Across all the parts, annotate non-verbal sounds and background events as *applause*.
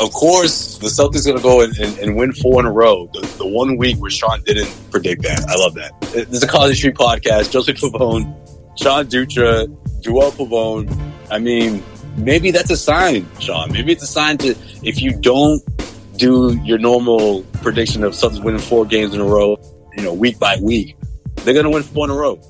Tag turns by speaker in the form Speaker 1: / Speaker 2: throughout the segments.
Speaker 1: of course, the Celtics going to go and, and, and, win four in a row. The, the, one week where Sean didn't predict that. I love that. This is a College Street podcast. Joseph Pavone, Sean Dutra, Joel Pavone. I mean, maybe that's a sign, Sean. Maybe it's a sign to if you don't do your normal prediction of Celtics winning four games in a row, you know, week by week, they're going to win four in a row.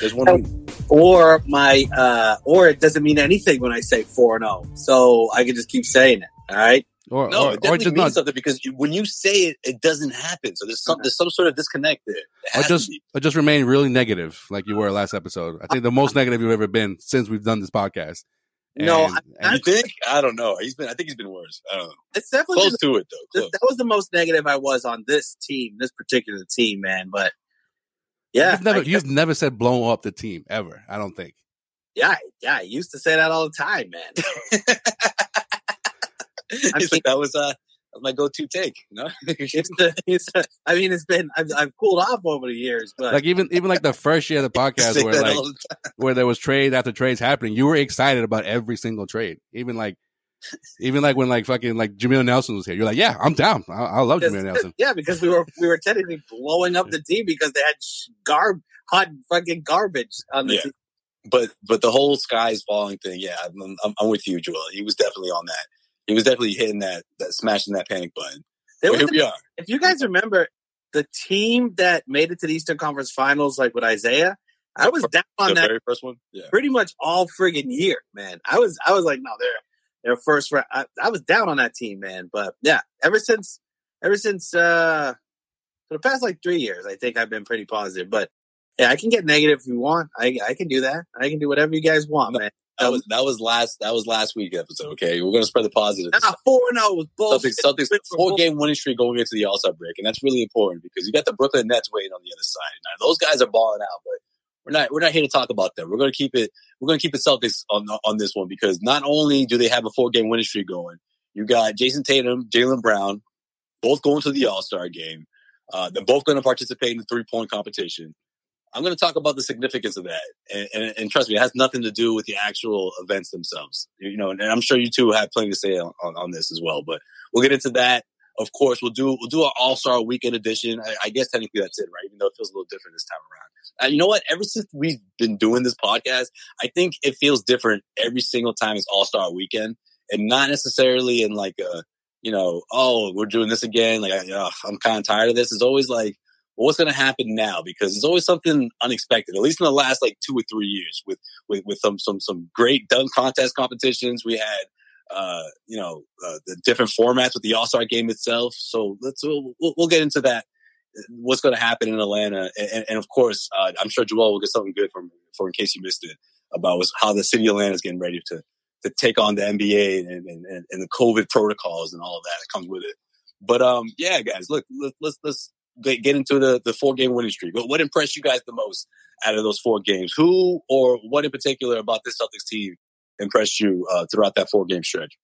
Speaker 1: There's one. Week
Speaker 2: or my uh, or it doesn't mean anything when I say four and zero. So I can just keep saying it. All right.
Speaker 1: Or, no, or, it definitely means not, something because you, when you say it, it doesn't happen. So there's some okay. there's some sort of disconnect there.
Speaker 3: I just I just remain really negative, like you were last episode. I think the most negative you've ever been since we've done this podcast.
Speaker 2: And, no, I,
Speaker 1: I think I don't know. He's been. I think he's been worse. I don't know.
Speaker 2: It's definitely
Speaker 1: close just, to it though. Close.
Speaker 2: That was the most negative I was on this team, this particular team, man. But yeah,
Speaker 3: you've never, you've never, said blow up the team ever. I don't think.
Speaker 2: Yeah, yeah, I used to say that all the time, man. *laughs*
Speaker 1: I mean, like, that was uh, my go-to take. You know? *laughs*
Speaker 2: it's a, it's a, I mean, it's been I've, I've, cooled off over the years, but
Speaker 3: like even even like the first year of the podcast, where like the where there was trade after trades happening, you were excited about every single trade, even like. Even like when like fucking like Jamil Nelson was here, you're like, yeah, I'm down. I, I love
Speaker 2: *laughs*
Speaker 3: Jamil Nelson.
Speaker 2: Yeah, because we were we were technically blowing up the team because they had garb hot fucking garbage on the yeah. team.
Speaker 1: But but the whole sky's falling thing, yeah, I'm, I'm, I'm, with you, Joel. He was definitely on that. He was definitely hitting that that smashing that panic button. Well, here
Speaker 2: a,
Speaker 1: we are.
Speaker 2: If you guys remember, the team that made it to the Eastern Conference Finals, like with Isaiah, I was down on
Speaker 1: the
Speaker 2: that
Speaker 1: very first one, yeah.
Speaker 2: pretty much all friggin' year, man. I was I was like, no, they're their first round. I, I, was down on that team, man. But yeah, ever since, ever since, uh, for the past like three years, I think I've been pretty positive. But yeah, I can get negative if you want. I, I can do that. I can do whatever you guys want, man.
Speaker 1: That was that was last that was last week episode. Okay, we're gonna spread the positive.
Speaker 2: Nah, four and zero was bullshit.
Speaker 1: Celtics, Celtics four game winning streak going into the All Star break, and that's really important because you got the Brooklyn Nets waiting on the other side. Now those guys are balling out, but we're not we're not here to talk about them. We're gonna keep it we're gonna keep it Celtics on on this one because not only do they have a four game winning streak going, you got Jason Tatum, Jalen Brown, both going to the All Star game. Uh, they're both going to participate in the three point competition. I'm going to talk about the significance of that, and, and, and, trust me, it has nothing to do with the actual events themselves. You know, and, and I'm sure you two have plenty to say on, on, on, this as well. But we'll get into that. Of course, we'll do we'll do our All Star Weekend edition. I, I guess technically that's it, right? Even though it feels a little different this time around. And you know what? Ever since we've been doing this podcast, I think it feels different every single time it's All Star Weekend, and not necessarily in like a you know, oh, we're doing this again. Like, I, am kind of tired of this. It's always like, well, what's going to happen now? Because it's always something unexpected. At least in the last like two or three years, with with with some some some great dunk contest competitions we had. Uh, you know uh, the different formats with the All Star Game itself. So let's we'll, we'll get into that what's going to happen in Atlanta, and, and, and of course, uh, I'm sure Joel will get something good from for in case you missed it about was how the city of Atlanta is getting ready to to take on the NBA and, and, and, and the COVID protocols and all of that that comes with it. But um, yeah, guys, look, let, let's let's get into the the four game winning streak. What, what impressed you guys the most out of those four games? Who or what in particular about this Celtics team impressed you uh, throughout that four game stretch?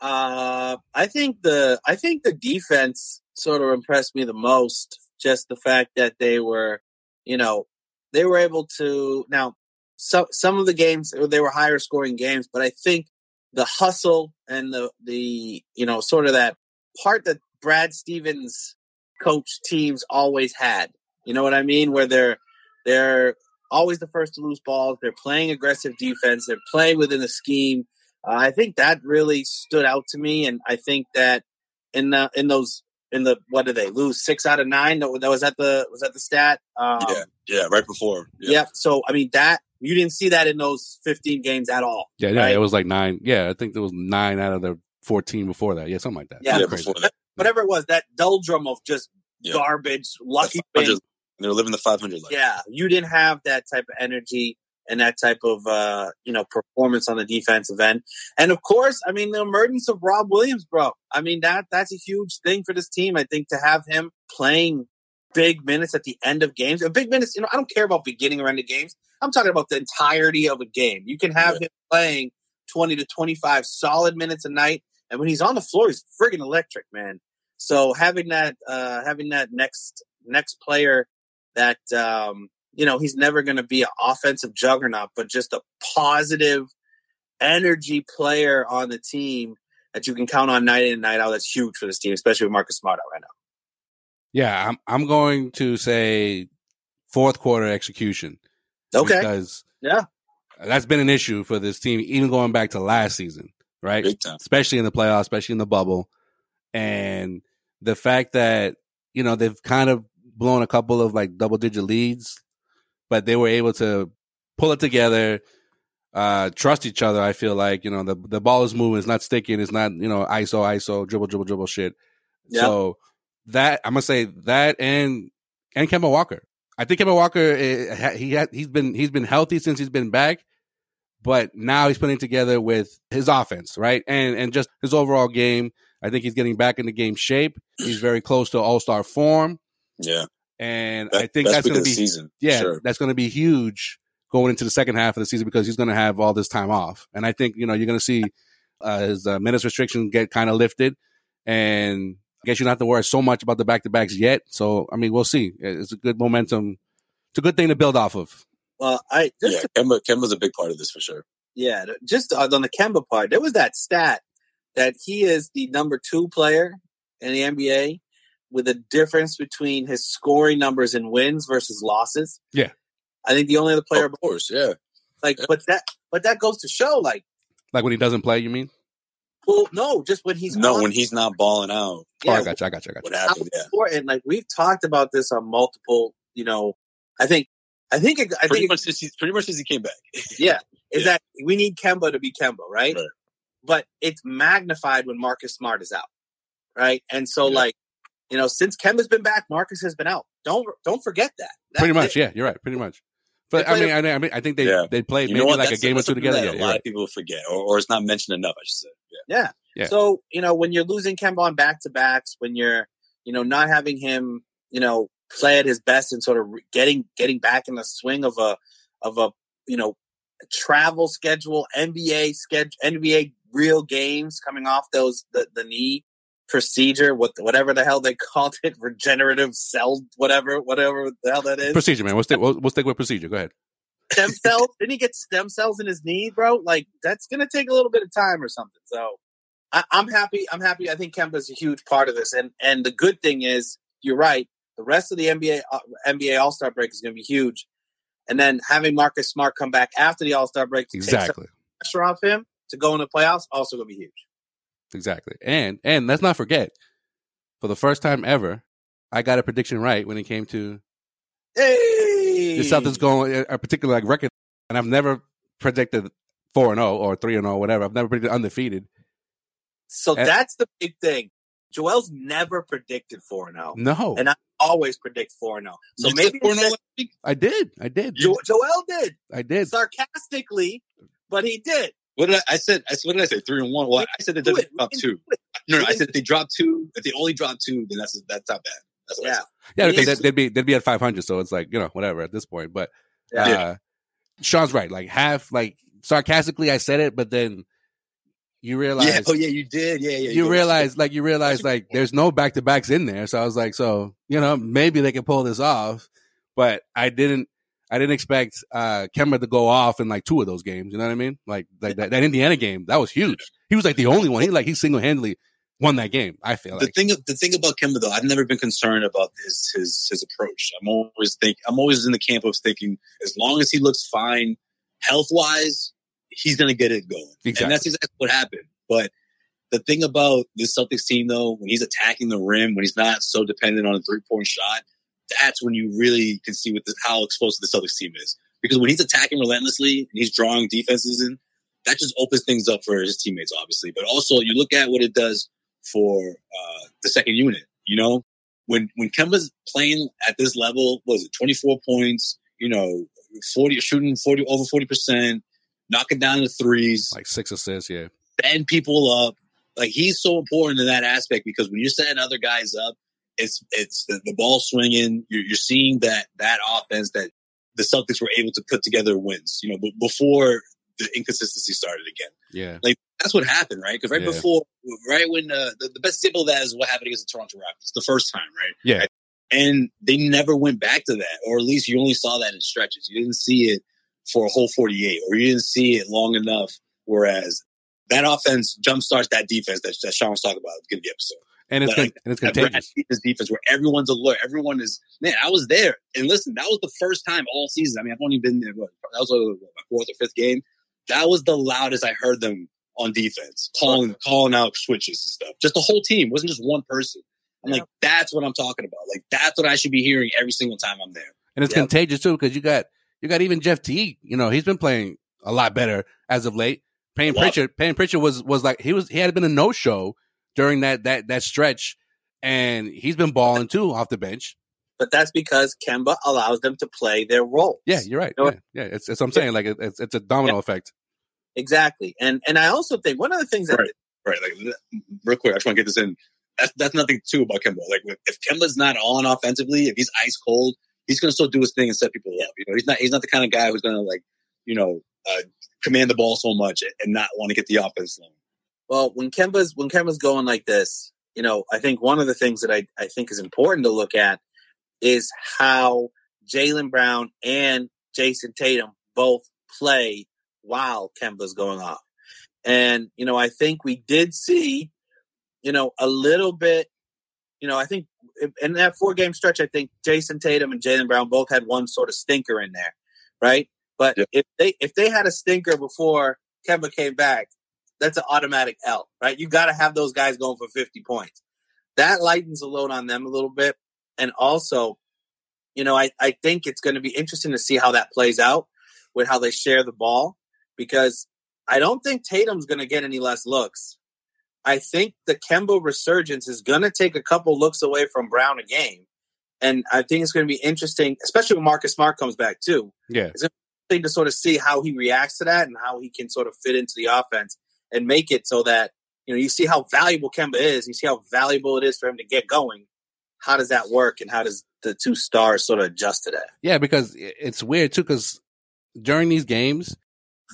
Speaker 2: Uh, I think the I think the defense sort of impressed me the most. Just the fact that they were, you know, they were able to now. So some of the games they were higher scoring games, but I think the hustle and the the you know sort of that part that Brad Stevens coach teams always had. You know what I mean? Where they're they're always the first to lose balls. They're playing aggressive defense. They're playing within the scheme. Uh, I think that really stood out to me, and I think that in the in those in the what did they lose six out of nine? That, that was that the was that the stat? Um,
Speaker 1: yeah, yeah, right before.
Speaker 2: Yeah. yeah. So I mean that you didn't see that in those fifteen games at all.
Speaker 3: Yeah, yeah, right? it was like nine. Yeah, I think there was nine out of the fourteen before that. Yeah, something like that.
Speaker 2: Yeah, yeah before that whatever it was, that doldrum of just yeah. garbage, lucky the
Speaker 1: They're living the 500 life.
Speaker 2: Yeah, you didn't have that type of energy and that type of uh, you know performance on the defensive end. And of course, I mean the emergence of Rob Williams, bro. I mean that that's a huge thing for this team. I think to have him playing big minutes at the end of games, and big minutes. You know, I don't care about beginning or end of games. I'm talking about the entirety of a game. You can have yeah. him playing 20 to 25 solid minutes a night and when he's on the floor, he's friggin' electric, man. So having that, uh, having that next next player that um, you know he's never going to be an offensive juggernaut, but just a positive energy player on the team that you can count on night in and night out. That's huge for this team, especially with Marcus Smart out right now.
Speaker 3: Yeah, I'm I'm going to say fourth quarter execution.
Speaker 2: Okay. Because yeah.
Speaker 3: That's been an issue for this team, even going back to last season right? Especially in the playoffs, especially in the bubble. And the fact that, you know, they've kind of blown a couple of like double digit leads, but they were able to pull it together, uh, trust each other. I feel like, you know, the, the ball is moving. It's not sticking. It's not, you know, ISO, ISO, dribble, dribble, dribble shit. Yep. So that, I'm going to say that and, and Kemba Walker. I think Kemba Walker, is, he had, he's been, he's been healthy since he's been back but now he's putting together with his offense, right? And and just his overall game. I think he's getting back into game shape. He's very close to all star form.
Speaker 1: Yeah.
Speaker 3: And that, I think that's, that's gonna be
Speaker 1: season.
Speaker 3: Yeah, sure. that's gonna be huge going into the second half of the season because he's gonna have all this time off. And I think, you know, you're gonna see uh, his uh, minutes restriction get kind of lifted and I guess you don't have to worry so much about the back to backs yet. So I mean we'll see. It's a good momentum. It's a good thing to build off of.
Speaker 2: Well, I
Speaker 1: yeah, Kemba Kemba's a big part of this for sure.
Speaker 2: Yeah, just on the Kemba part, there was that stat that he is the number two player in the NBA with a difference between his scoring numbers and wins versus losses.
Speaker 3: Yeah, Oh.
Speaker 2: I think the only other player,
Speaker 1: of course, yeah.
Speaker 2: Like,
Speaker 1: yeah.
Speaker 2: but that but that goes to show, like,
Speaker 3: like when he doesn't play, you mean?
Speaker 2: Well, no, just when he's
Speaker 1: no, on. when he's not balling out.
Speaker 3: Yeah, oh, I got you. I got you. I got you.
Speaker 1: What happened?
Speaker 2: Yeah. Important. Like we've talked about this on multiple. You know, I think I think it, I
Speaker 1: pretty
Speaker 2: think
Speaker 1: much it, since he, pretty much since he came back.
Speaker 2: yeah, is yeah. that we need Kemba to be Kemba, right? right? But it's magnified when Marcus Smart is out, right? And so, yeah. like you know, since Kemba's been back, Marcus has been out. Don't don't forget that. that
Speaker 3: pretty much, it. yeah, you're right. Pretty much. But I mean, a, I mean, I mean, I think they yeah. they played you maybe like that's, a game or two together.
Speaker 1: Yeah, a lot right. of people forget, or, or it's not mentioned enough. I should say.
Speaker 2: Yeah. yeah. So you know, when you're losing Kemba on back to backs, when you're you know not having him, you know, play at his best and sort of getting getting back in the swing of a of a you know travel schedule, NBA schedule, NBA real games coming off those the, the knee procedure, what whatever the hell they *laughs* called it, regenerative cell, whatever whatever the hell that is.
Speaker 3: Procedure, man. We'll stick we'll, we'll stick with procedure. Go ahead.
Speaker 2: Stem cells. Didn't he get stem cells in his knee, bro? Like that's gonna take a little bit of time or something. So. I, I'm happy. I'm happy. I think Kemba's a huge part of this, and and the good thing is, you're right. The rest of the NBA uh, NBA All Star break is going to be huge, and then having Marcus Smart come back after the All Star break
Speaker 3: exactly
Speaker 2: pressure off him to go in the playoffs also going to be huge.
Speaker 3: Exactly, and and let's not forget, for the first time ever, I got a prediction right when it came to
Speaker 2: hey!
Speaker 3: the Celtics going uh, a particular like record, and I've never predicted oh four and zero or three and zero whatever. I've never predicted undefeated.
Speaker 2: So and, that's the big thing Joel's never predicted four and zero,
Speaker 3: No,
Speaker 2: and I always predict four and zero. So
Speaker 1: You said
Speaker 2: maybe
Speaker 1: 4-0
Speaker 2: it's
Speaker 1: last week?
Speaker 3: I did. I did.
Speaker 2: just- Jo- Joel did
Speaker 3: I did.
Speaker 2: sarcastically, but he did.
Speaker 1: What did I, I said? I, said- what did I say? Three and one. Well, I said they
Speaker 2: Do
Speaker 1: didn't
Speaker 2: it. We
Speaker 1: drop
Speaker 2: can
Speaker 1: two.
Speaker 2: do it.
Speaker 1: No, no, I said if they drop two. If they only drop two, then that's that's not bad. That's what I
Speaker 2: Yeah.
Speaker 1: said.
Speaker 3: Yeah,
Speaker 2: It
Speaker 3: they,
Speaker 2: is-
Speaker 3: they'd be they'd be at five hundred. So it's like you know whatever at this point. But
Speaker 2: Yeah.
Speaker 3: uh, Sean's right. Like half, like sarcastically, I said it, but then
Speaker 2: *laughs*
Speaker 3: you realize
Speaker 1: Yeah. Oh yeah, you did. Yeah, yeah.
Speaker 3: you
Speaker 1: did.
Speaker 3: realize like you
Speaker 1: That's
Speaker 3: realize
Speaker 1: a good
Speaker 3: like
Speaker 1: point.
Speaker 3: there's no back to backs in there. So I was like, so you know maybe they can pull this off, but I didn't. I didn't expect uh Kemba to go off in like two of those games. You know what I mean? Like like that, that Indiana game that was huge. He was like the only one. He like he single handedly won that game. I feel
Speaker 1: the
Speaker 3: like
Speaker 1: thing. The thing about Kemba though, I've never been concerned about his his his approach. I'm always think. I'm always in the camp of thinking as long as he looks fine health wise, he's gonna get it going.
Speaker 3: Exactly.
Speaker 1: And that's exactly what happened. But the thing about this Celtics team though, when he's attacking the rim, when he's not so dependent on a three point shot, that's when you really can see what the, how explosive the Celtics team is. Because when he's attacking relentlessly and he's drawing defenses in, that just opens things up for his teammates, obviously. But also, you look at what it does for uh, the second unit. You know, when when Kemba's playing at this level, what was it twenty four points? You know, forty shooting forty over forty percent, knocking down the threes,
Speaker 3: like six assists. Yeah.
Speaker 1: bend people up. Like he's so important in that aspect because when you're setting other guys up, it's it's the, the ball swinging. You're, you're seeing that that offense that the Celtics were able to put together wins. You know, b- before the inconsistency started again
Speaker 3: Yeah.
Speaker 1: that's what happened, right? Because right
Speaker 3: Yeah.
Speaker 1: before, right when uh, the, the best example of that is what happened against the Toronto Raptors the first time, right?
Speaker 3: Yeah.
Speaker 1: And they never went back to that, or at least you only saw that in stretches. You didn't see it for a whole 48, or you didn't see it long enough. Whereas that offense jumpstarts that defense that, that Sean was talking about at the beginning of the episode.
Speaker 3: And it's
Speaker 1: Like,
Speaker 3: con- and it's
Speaker 1: That Brad
Speaker 3: contagious.
Speaker 1: Stevens defense where everyone's alert. Everyone is, man, I was there. And listen, that was the first time all season. I mean, I've only been there, what, that was uh, what, my fourth or fifth game. That was the loudest I heard them on defense, calling, calling out switches and stuff. Just the whole team wasn't just one person. I'm
Speaker 2: Yeah.
Speaker 1: like, that's what I'm talking about. Like, that's what I should be hearing every single time I'm there.
Speaker 3: and it's
Speaker 2: Yep.
Speaker 3: contagious too because you got you got even Jeff Teague. You know he's been playing a lot better as of late. Payne
Speaker 1: Love it.
Speaker 3: Pritchard, Payne Pritchard was was like he was he had been a no show during that that that stretch, and he's been balling too off the bench.
Speaker 2: But that's because Kemba allows them to play their role.
Speaker 3: Yeah, you're right.
Speaker 2: You know
Speaker 3: yeah, yeah, it's, it's what I'm saying like it- it's it's a domino effect.
Speaker 2: exactly. And and I also think one of the things that
Speaker 1: Right. Right. Like, th- real quick, I just want to get this in. That's, that's nothing too about Kemba. Like, if Kemba's not on offensively, if he's ice cold, he's going to still do his thing and set people up. You know, he's not, he's not the kind of guy who's going to, like, you know, uh, command the ball so much and not want to get the offense long.
Speaker 2: Well, when Kemba's when Kemba's going like this, you know, I think one of the things that I, I think is important to look at is how Jalen Brown and Jason Tatum both play while Kemba's going off. And, you know, I think we did see, you know, a little bit, you know, I think in that four game stretch, I think Jason Tatum and Jalen Brown both had one sort of stinker in there, right? But
Speaker 1: Yeah.
Speaker 2: if they if they had a stinker before Kemba came back, that's an automatic L, right? You got to have those guys going for 50 points. That lightens the load on them a little bit. And also, you know, I, I think it's going to be interesting to see how that plays out with how they share the ball because I don't think Tatum's going to get any less looks. I think the Kemba resurgence is going to take a couple looks away from Brown a game. And I think it's going to be interesting, especially when Marcus Smart comes back too
Speaker 3: Yeah,
Speaker 2: thing to sort of see how he reacts to that and how he can sort of fit into the offense and make it so that you know you see how valuable Kemba is, you see how valuable it is for him to get going. How does that work, and how does the two stars sort of adjust to that?
Speaker 3: yeah, because i- it's weird too because during these games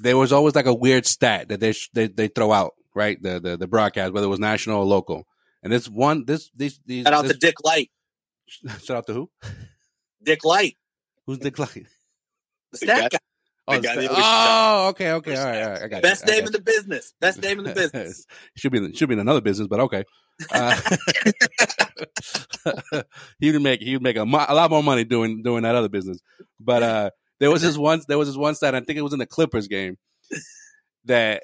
Speaker 3: there was always like a weird stat that they sh- they they throw out right the, the the broadcast whether it was national or local. And this one, this these these
Speaker 2: Shout out
Speaker 3: this,
Speaker 2: to Dick Light,
Speaker 3: *laughs* shout out to who?
Speaker 2: Dick Light,
Speaker 3: Who's the client?
Speaker 1: The
Speaker 2: the stat
Speaker 1: guy-
Speaker 2: guy,
Speaker 3: Oh,
Speaker 1: The guy
Speaker 3: it's-
Speaker 1: that was-
Speaker 3: oh, okay, okay, all right, all right. I got
Speaker 2: best
Speaker 3: you, I
Speaker 2: name
Speaker 3: got
Speaker 2: in the business,
Speaker 3: *laughs*
Speaker 2: best name in the business.
Speaker 3: should be in, should be in another business, but okay. Uh, *laughs* he would make he would make a, mo- a lot more money doing doing that other business. But uh, there was this one there was this one side I think it was in the Clippers game that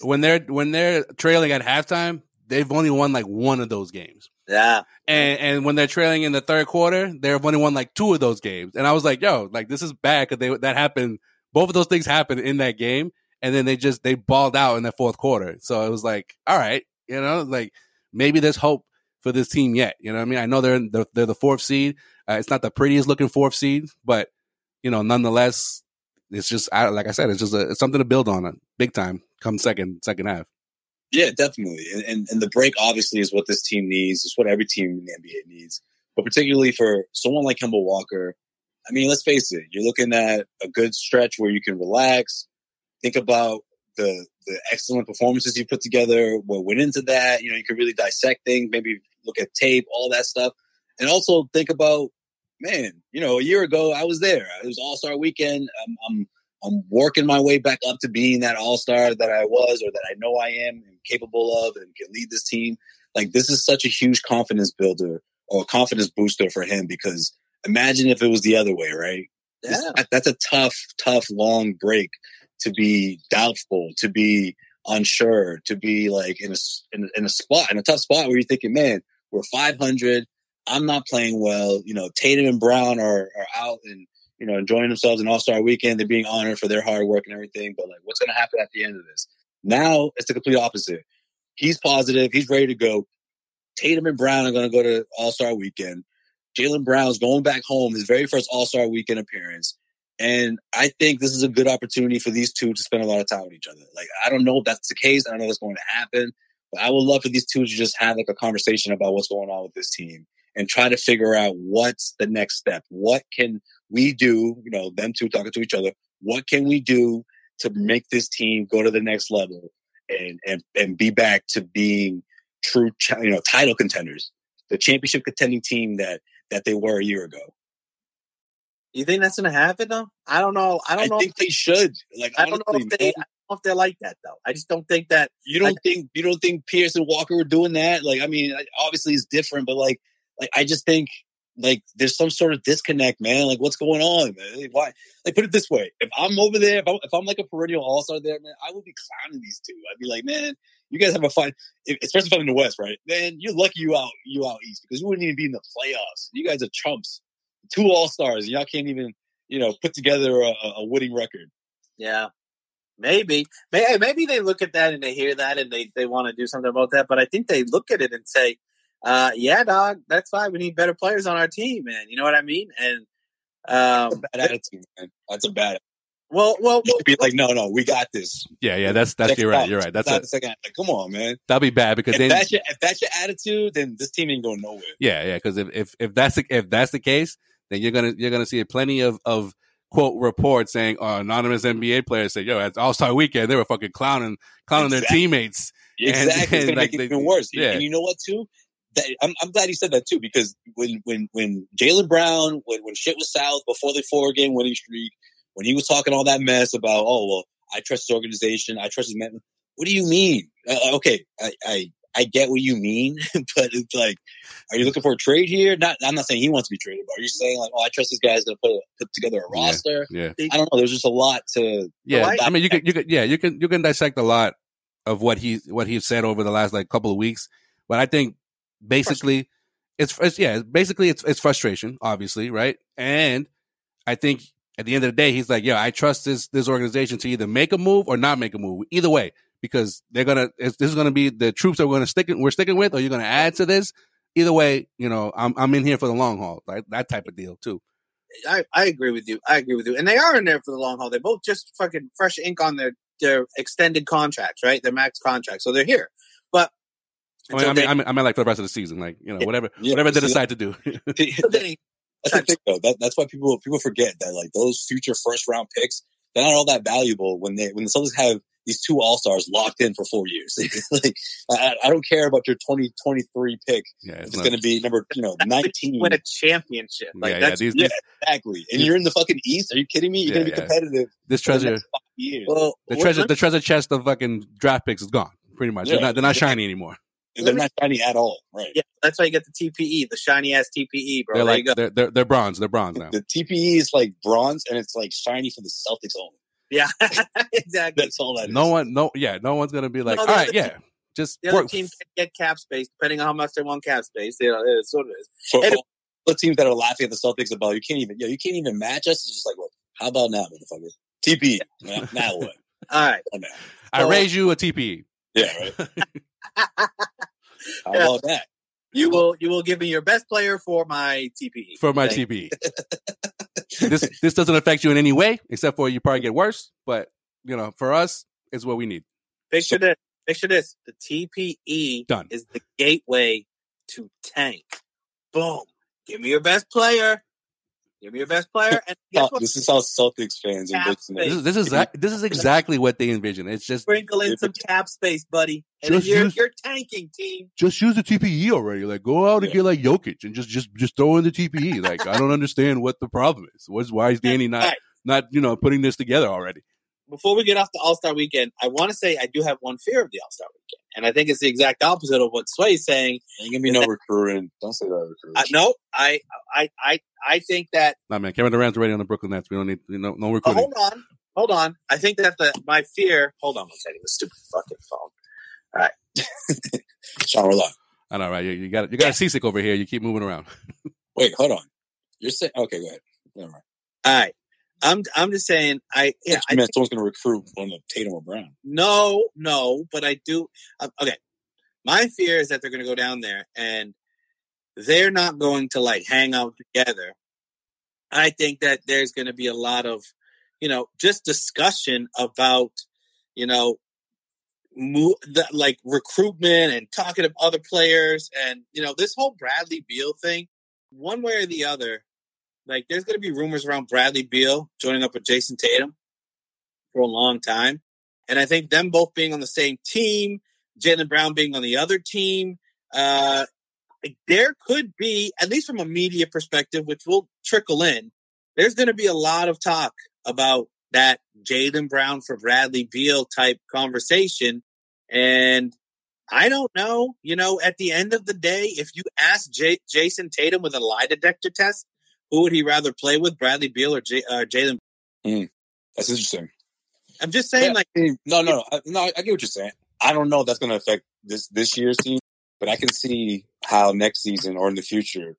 Speaker 3: when they're when they're trailing at halftime they've only won like one of those games
Speaker 2: Yeah,
Speaker 3: and and when they're trailing in the third quarter, they've only won like two of those games. And I was like, yo, like this is bad because they that happened. Both of those things happened in that game, and then they just they balled out in the fourth quarter. So it was like, all right, you know, like maybe there's hope for this team yet. You know what I mean? I know they're in the, they're the fourth seed. Uh, it's not the prettiest looking fourth seed, but you know, nonetheless, it's just I, like I said, it's just a, it's something to build on, uh, big time. Come second second half.
Speaker 1: Yeah, definitely. And, and and the break obviously is what this team needs. It's what every team in the NBA needs, but particularly for someone like Kemba Walker. I mean, let's face it. You're looking at a good stretch where you can relax, think about the the excellent performances you put together, what went into that. You know, you can really dissect things, maybe look at tape, all that stuff, and also think about, man, you know, a year ago I was there. It was All Star Weekend. I'm, I'm I'm working my way back up to being that All Star that I was, or that I know I am and capable of, and can lead this team. Like this is such a huge confidence builder or confidence booster for him because imagine if it was the other way, right? Yeah. That's a tough, tough, long break to be doubtful, to be unsure, to be like in a in, in, a spot in a tough spot where you're thinking, man, we're 500. I'm not playing well. You know, Tatum and Brown are are out and you know enjoying themselves in All Star Weekend. They're being honored for their hard work and everything. But like, what's going to happen at the end of this? Now it's the complete opposite. He's positive. He's ready to go. Tatum and Brown are going to go to All Star Weekend. Jalen Brown's going back home. His very first All Star Weekend appearance. And I think this is a good opportunity for these two to spend a lot of time with each other. Like, I don't know if that's the case. I don't know what's going to happen, but I would love for these two to just have like a conversation about what's going on with this team and try to figure out what's the next step. What can we do? You know, them two talking to each other. What can we do to make this team go to the next level and, and, and be back to being true, you know, title contenders, the championship contending team that, that they were a year ago.
Speaker 2: You think that's gonna happen though? I don't know. I don't I know.
Speaker 1: I think they should. Like
Speaker 2: I don't honestly, know if they. Man. I don't know if they're like that though. I just don't think that.
Speaker 1: You don't like, think you don't think Pierce and Walker were doing that? Like I mean, obviously it's different, but like, like I just think like there's some sort of disconnect, man. Like what's going on? Man? Like, why? Like put it this way: if I'm over there, if I'm, if I'm like a perennial all star there, man, I would be clowning these two. I'd be like, man, you guys have a fun, especially if I'm in the West, right? Man, you're lucky you out you out East because you wouldn't even be in the playoffs. You guys are chumps two all stars. Y'all can't even, you know, put together a, a winning record.
Speaker 2: Yeah, maybe, maybe, maybe they look at that and they hear that and they they want to do something about that. But I think they look at it and say, uh, "Yeah, dog, that's fine. We need better players on our team, man. You know what I mean?" And
Speaker 1: um, that's a bad attitude, man. That's a bad.
Speaker 2: Well, well, well
Speaker 1: be like, no, no, we got this.
Speaker 3: Yeah, yeah, that's that's Next you're right, you're right. That's
Speaker 1: not a second. Like, come on, man.
Speaker 3: That'll be
Speaker 1: *laughs*
Speaker 3: bad because
Speaker 1: if
Speaker 3: then,
Speaker 1: that's your, if that's your attitude, then this team ain't going nowhere.
Speaker 3: Yeah, yeah, because if, if if that's the, if that's the case, then you're gonna you're gonna see plenty of of quote reports saying uh, anonymous NBA players say, "Yo, at All Star Weekend they were fucking clowning clowning exactly. their teammates."
Speaker 1: *laughs*
Speaker 3: *laughs*
Speaker 1: Exactly, and, and, it's gonna like, make it even worse. Yeah. and you know what too? That, I'm, I'm glad you said that too because when when when Jalen Brown when when shit was south before the four game winning streak, when he was talking all that mess about, oh well, I trust his organization, I trust his man. What do you mean? Uh, okay, I, I I get what you mean, *laughs* but it's like, are you looking for a trade here? Not, I'm not saying he wants to be traded, but are you saying like, oh, I trust these guys to put put together a roster?
Speaker 3: Yeah,
Speaker 1: yeah. I don't know. There's just a lot to.
Speaker 3: Yeah, I mean, you can, you can, yeah, you can, you can dissect a lot of what he what he said over the last like couple of weeks, but I think basically, it's, it's yeah, basically it's it's frustration, obviously, right? And I think at the end of the day, he's like, yeah, I trust this this organization to either make a move or not make a move. Either way, because they're gonna this is gonna be the troops that we're gonna stick we're sticking with, or you're gonna add to this. Either way, you know, I'm I'm in here for the long haul, like that type of deal too.
Speaker 2: I, I agree with you. I agree with you. And they are in there for the long haul. They both just fucking fresh ink on their their extended contracts, right? Their max contracts. So they're here. But
Speaker 3: I mean, I mean, they, I, mean, I mean, like for the rest of the season, like you know, whatever, yeah, whatever they decide that, to do. *laughs*
Speaker 1: they, that's the thing, though. That, that's why people people forget that like those future first round picks, they're not all that valuable when they when the Celtics have these two all stars locked in for four years. *laughs* like, I, I, don't care about your twenty twenty three pick. Yeah, it's, it's going to be number you know nineteen.
Speaker 2: Win a championship.
Speaker 1: Like Hmm. yeah, that's, yeah, these, yeah these, exactly. And these, you're in the fucking East. Are you kidding me? You're going to be competitive.
Speaker 3: This treasure. The well, the treasure, the treasure chest of fucking draft picks is gone. Pretty much, they're not they're not shiny anymore.
Speaker 1: They're not shiny at all, right?
Speaker 2: Yeah, that's why you get the TPE, the shiny ass TPE, bro.
Speaker 3: They're
Speaker 2: like,
Speaker 3: They're, they're, they're bronze. They're bronze now.
Speaker 1: The TPE is like bronze, and it's like shiny for the Celtics only.
Speaker 2: *laughs* Yeah, exactly.
Speaker 1: That's all that.
Speaker 3: No
Speaker 1: is.
Speaker 3: one, no, yeah, no one's gonna be like, no, all right, yeah, team, just
Speaker 2: the other team can get cap space depending on how much they want cap space. You know, it's what it is.
Speaker 1: For and, all teams that are laughing at the Celtics about you can't even, you, know, you can't even match us. It's just like, well, how about now, motherfucker? TPE. Yeah. Now, now what?
Speaker 2: all right,
Speaker 3: I so, raise you a TPE.
Speaker 1: Yeah, right. How about that?
Speaker 2: You will you will give me your best player for my TPE.
Speaker 3: for my
Speaker 2: Thank-
Speaker 3: TPE.
Speaker 1: *laughs*
Speaker 3: this this doesn't affect you in any way, except for you probably get worse. But you know, for us, it's what we need.
Speaker 2: Picture this. Picture this. The TPE
Speaker 3: E. Done.
Speaker 2: is the gateway to tank. Boom. Give me your best player. Give me your best player.
Speaker 3: *laughs*
Speaker 2: And guess *laughs*
Speaker 1: Oh,
Speaker 2: what?
Speaker 1: this is how Celtics fans
Speaker 2: Cap
Speaker 1: envision
Speaker 3: This is
Speaker 1: it.
Speaker 3: this is exa- this is exactly what they envision. It's just
Speaker 2: Sprinkle in some cap space, buddy. And then
Speaker 3: Just
Speaker 2: you're,
Speaker 3: use-
Speaker 2: you're tanking, team.
Speaker 3: just use the TPE already. Like go out and
Speaker 1: Yeah.
Speaker 3: get like Jokic and just just just throw in the TPE. Like I don't understand what the problem is. What's why is Danny not
Speaker 2: Hey.
Speaker 3: not you know putting this together already?
Speaker 2: Before we get off the All Star weekend, I want to say I do have one fear of the All Star weekend. And I think it's the exact opposite of what Sway's saying.
Speaker 1: Ain't gonna be no recruiting. Don't say that recruiting.
Speaker 2: Uh, no, I, I, I, I think that
Speaker 3: Nah, man, Kevin Durant's already on the Brooklyn Nets. We don't need no no
Speaker 2: Oh,
Speaker 3: recruiting.
Speaker 2: hold on, hold on. I think that the my fear. Hold on one second. The stupid fucking phone.
Speaker 1: Sean, we're live.
Speaker 3: I know, right? You, you got you got seasick over here. You keep moving around.
Speaker 1: Wait, hold on. You're saying okay? Go ahead. Never mind.
Speaker 2: All right, I'm I'm just saying. I yeah. I
Speaker 1: I meant someone's gonna recruit one of Tatum or Brown.
Speaker 2: no, no, but I do. Um, okay, my fear is that they're going to go down there and they're not going to like hang out together. I think that there's going to be a lot of, you know, just discussion about, you know, mo- the, like recruitment and talking to other players and you know this whole Bradley Beal thing. One way or the other, like there's going to be rumors around Bradley Beal joining up with Jason Tatum for a long time, and I think them both being on the same team, Jalen Brown being on the other team. Uh, like, there could be, at least from a media perspective, which will trickle in, there's going to be a lot of talk about that Jalen Brown for Bradley Beal type conversation. And I don't know, you know, at the end of the day, if you ask J- Jason Tatum with a lie detector test, who would he rather play with, Bradley Beal or J- uh, Jalen?
Speaker 1: That's interesting.
Speaker 2: I'm just saying,
Speaker 1: Yeah.
Speaker 2: like,
Speaker 1: No, no, no. I, no, I get what you're saying. I don't know if that's going to affect this this year's team, but I can see how next season or in the future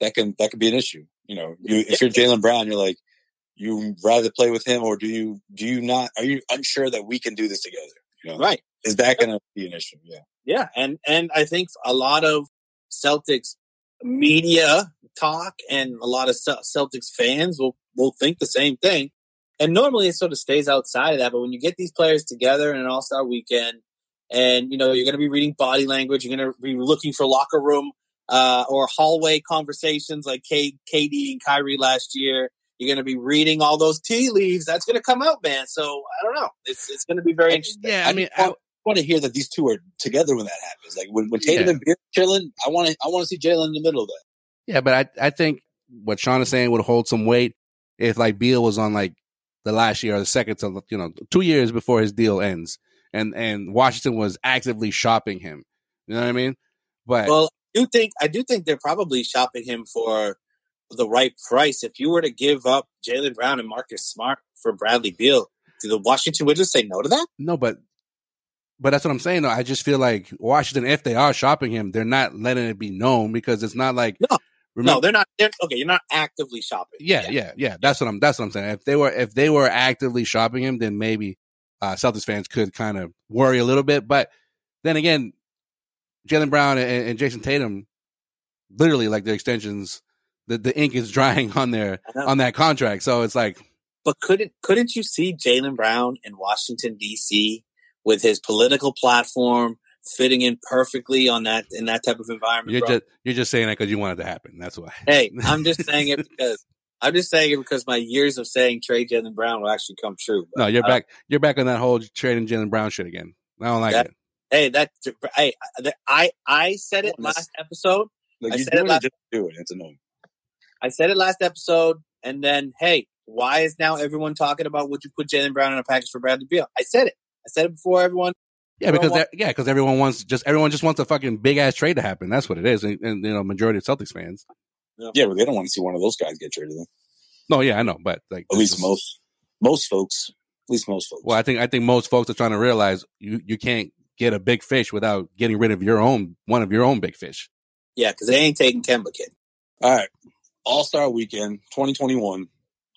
Speaker 1: that can that could be an issue. You know, you, if you're Jalen Brown, you're like, you rather play with him, or do you do you not? Are you unsure that we can do this together? You know,
Speaker 2: right.
Speaker 1: is that going to be an issue? Yeah,
Speaker 2: Yeah, and and I think a lot of Celtics media talk and a lot of Ce- Celtics fans will will think the same thing. And normally it sort of stays outside of that, but when you get these players together in an All Star weekend, and you know you're going to be reading body language, you're going to be looking for locker room uh, or hallway conversations like K- KD and Kyrie last year. You're going to be reading all those tea leaves. That's going to come out, man. So I don't know. It's it's going to be very interesting.
Speaker 3: Yeah,
Speaker 1: I mean, I want to hear that these two are together when that happens. Like when, when Tatum
Speaker 3: Yeah.
Speaker 1: and Beal are chilling, I want to I want to see Jalen in the middle of that.
Speaker 3: Yeah, but I I think what Sean is saying would hold some weight if like Beal was on like the last year or the second to you know two years before his deal ends, and and Washington was actively shopping him. You know what I mean? But
Speaker 2: Well, I do think I do think they're probably shopping him for the right price. If you were to give up Jalen Brown and Marcus Smart for Bradley Beal, do the Washington Wizards say no to that?
Speaker 3: no, but but that's what I'm saying. Though I just feel like Washington, if they are shopping him, they're not letting it be known because it's not like
Speaker 2: No.
Speaker 3: Remember-
Speaker 2: no, they're not. They're, okay, you're not actively shopping.
Speaker 3: yeah, yeah, yeah. That's what I'm. That's what I'm saying. If they were, if they were actively shopping him, then maybe uh, Celtics fans could kind of worry a little bit. But then again, Jalen Brown and, and Jason Tatum, literally, like their extensions, the the ink is *laughs* drying on their
Speaker 2: I know.
Speaker 3: on that contract. So it's like,
Speaker 2: But couldn't couldn't you see Jalen Brown in Washington D.C. with his political platform fitting in perfectly on that in that type of environment?
Speaker 3: you're
Speaker 2: bro?
Speaker 3: just you're just saying that because you want it to happen. That's why.
Speaker 2: hey, I'm
Speaker 3: *laughs*
Speaker 2: just saying it because I'm just saying it because my years of saying trade Jalen Brown will actually come true.
Speaker 3: No, you're
Speaker 1: Uh,
Speaker 2: I-
Speaker 3: back. You're back on that whole trading Jalen Brown shit again. I don't like
Speaker 2: That-
Speaker 3: it.
Speaker 2: Hey, that hey, I I said it
Speaker 1: Well, that's-
Speaker 2: last episode. I
Speaker 1: Like you
Speaker 2: said
Speaker 1: do
Speaker 2: it
Speaker 1: it,
Speaker 2: last-
Speaker 1: just do it. It's annoying.
Speaker 2: I said it last episode, and then hey, why is now everyone talking about would you put Jalen Brown in a package for Bradley Beal? I said it. I said it before everyone.
Speaker 3: Yeah, because
Speaker 2: Everyone-
Speaker 3: they're- yeah, because everyone wants just everyone just wants a fucking big ass trade to happen. That's what it is, and, and you know, majority of Celtics fans.
Speaker 1: Yeah, but they don't want to see one of those guys get traded.
Speaker 3: No, yeah, I know, but like
Speaker 1: At
Speaker 3: this
Speaker 1: least
Speaker 3: is-
Speaker 1: most most folks. At least most folks.
Speaker 3: Well, I think I think most folks are trying to realize you you can't get a big fish without getting rid of your own one of your own big fish.
Speaker 2: Yeah, because they ain't taking Kemba kid.
Speaker 1: All right. All Star Weekend 2021.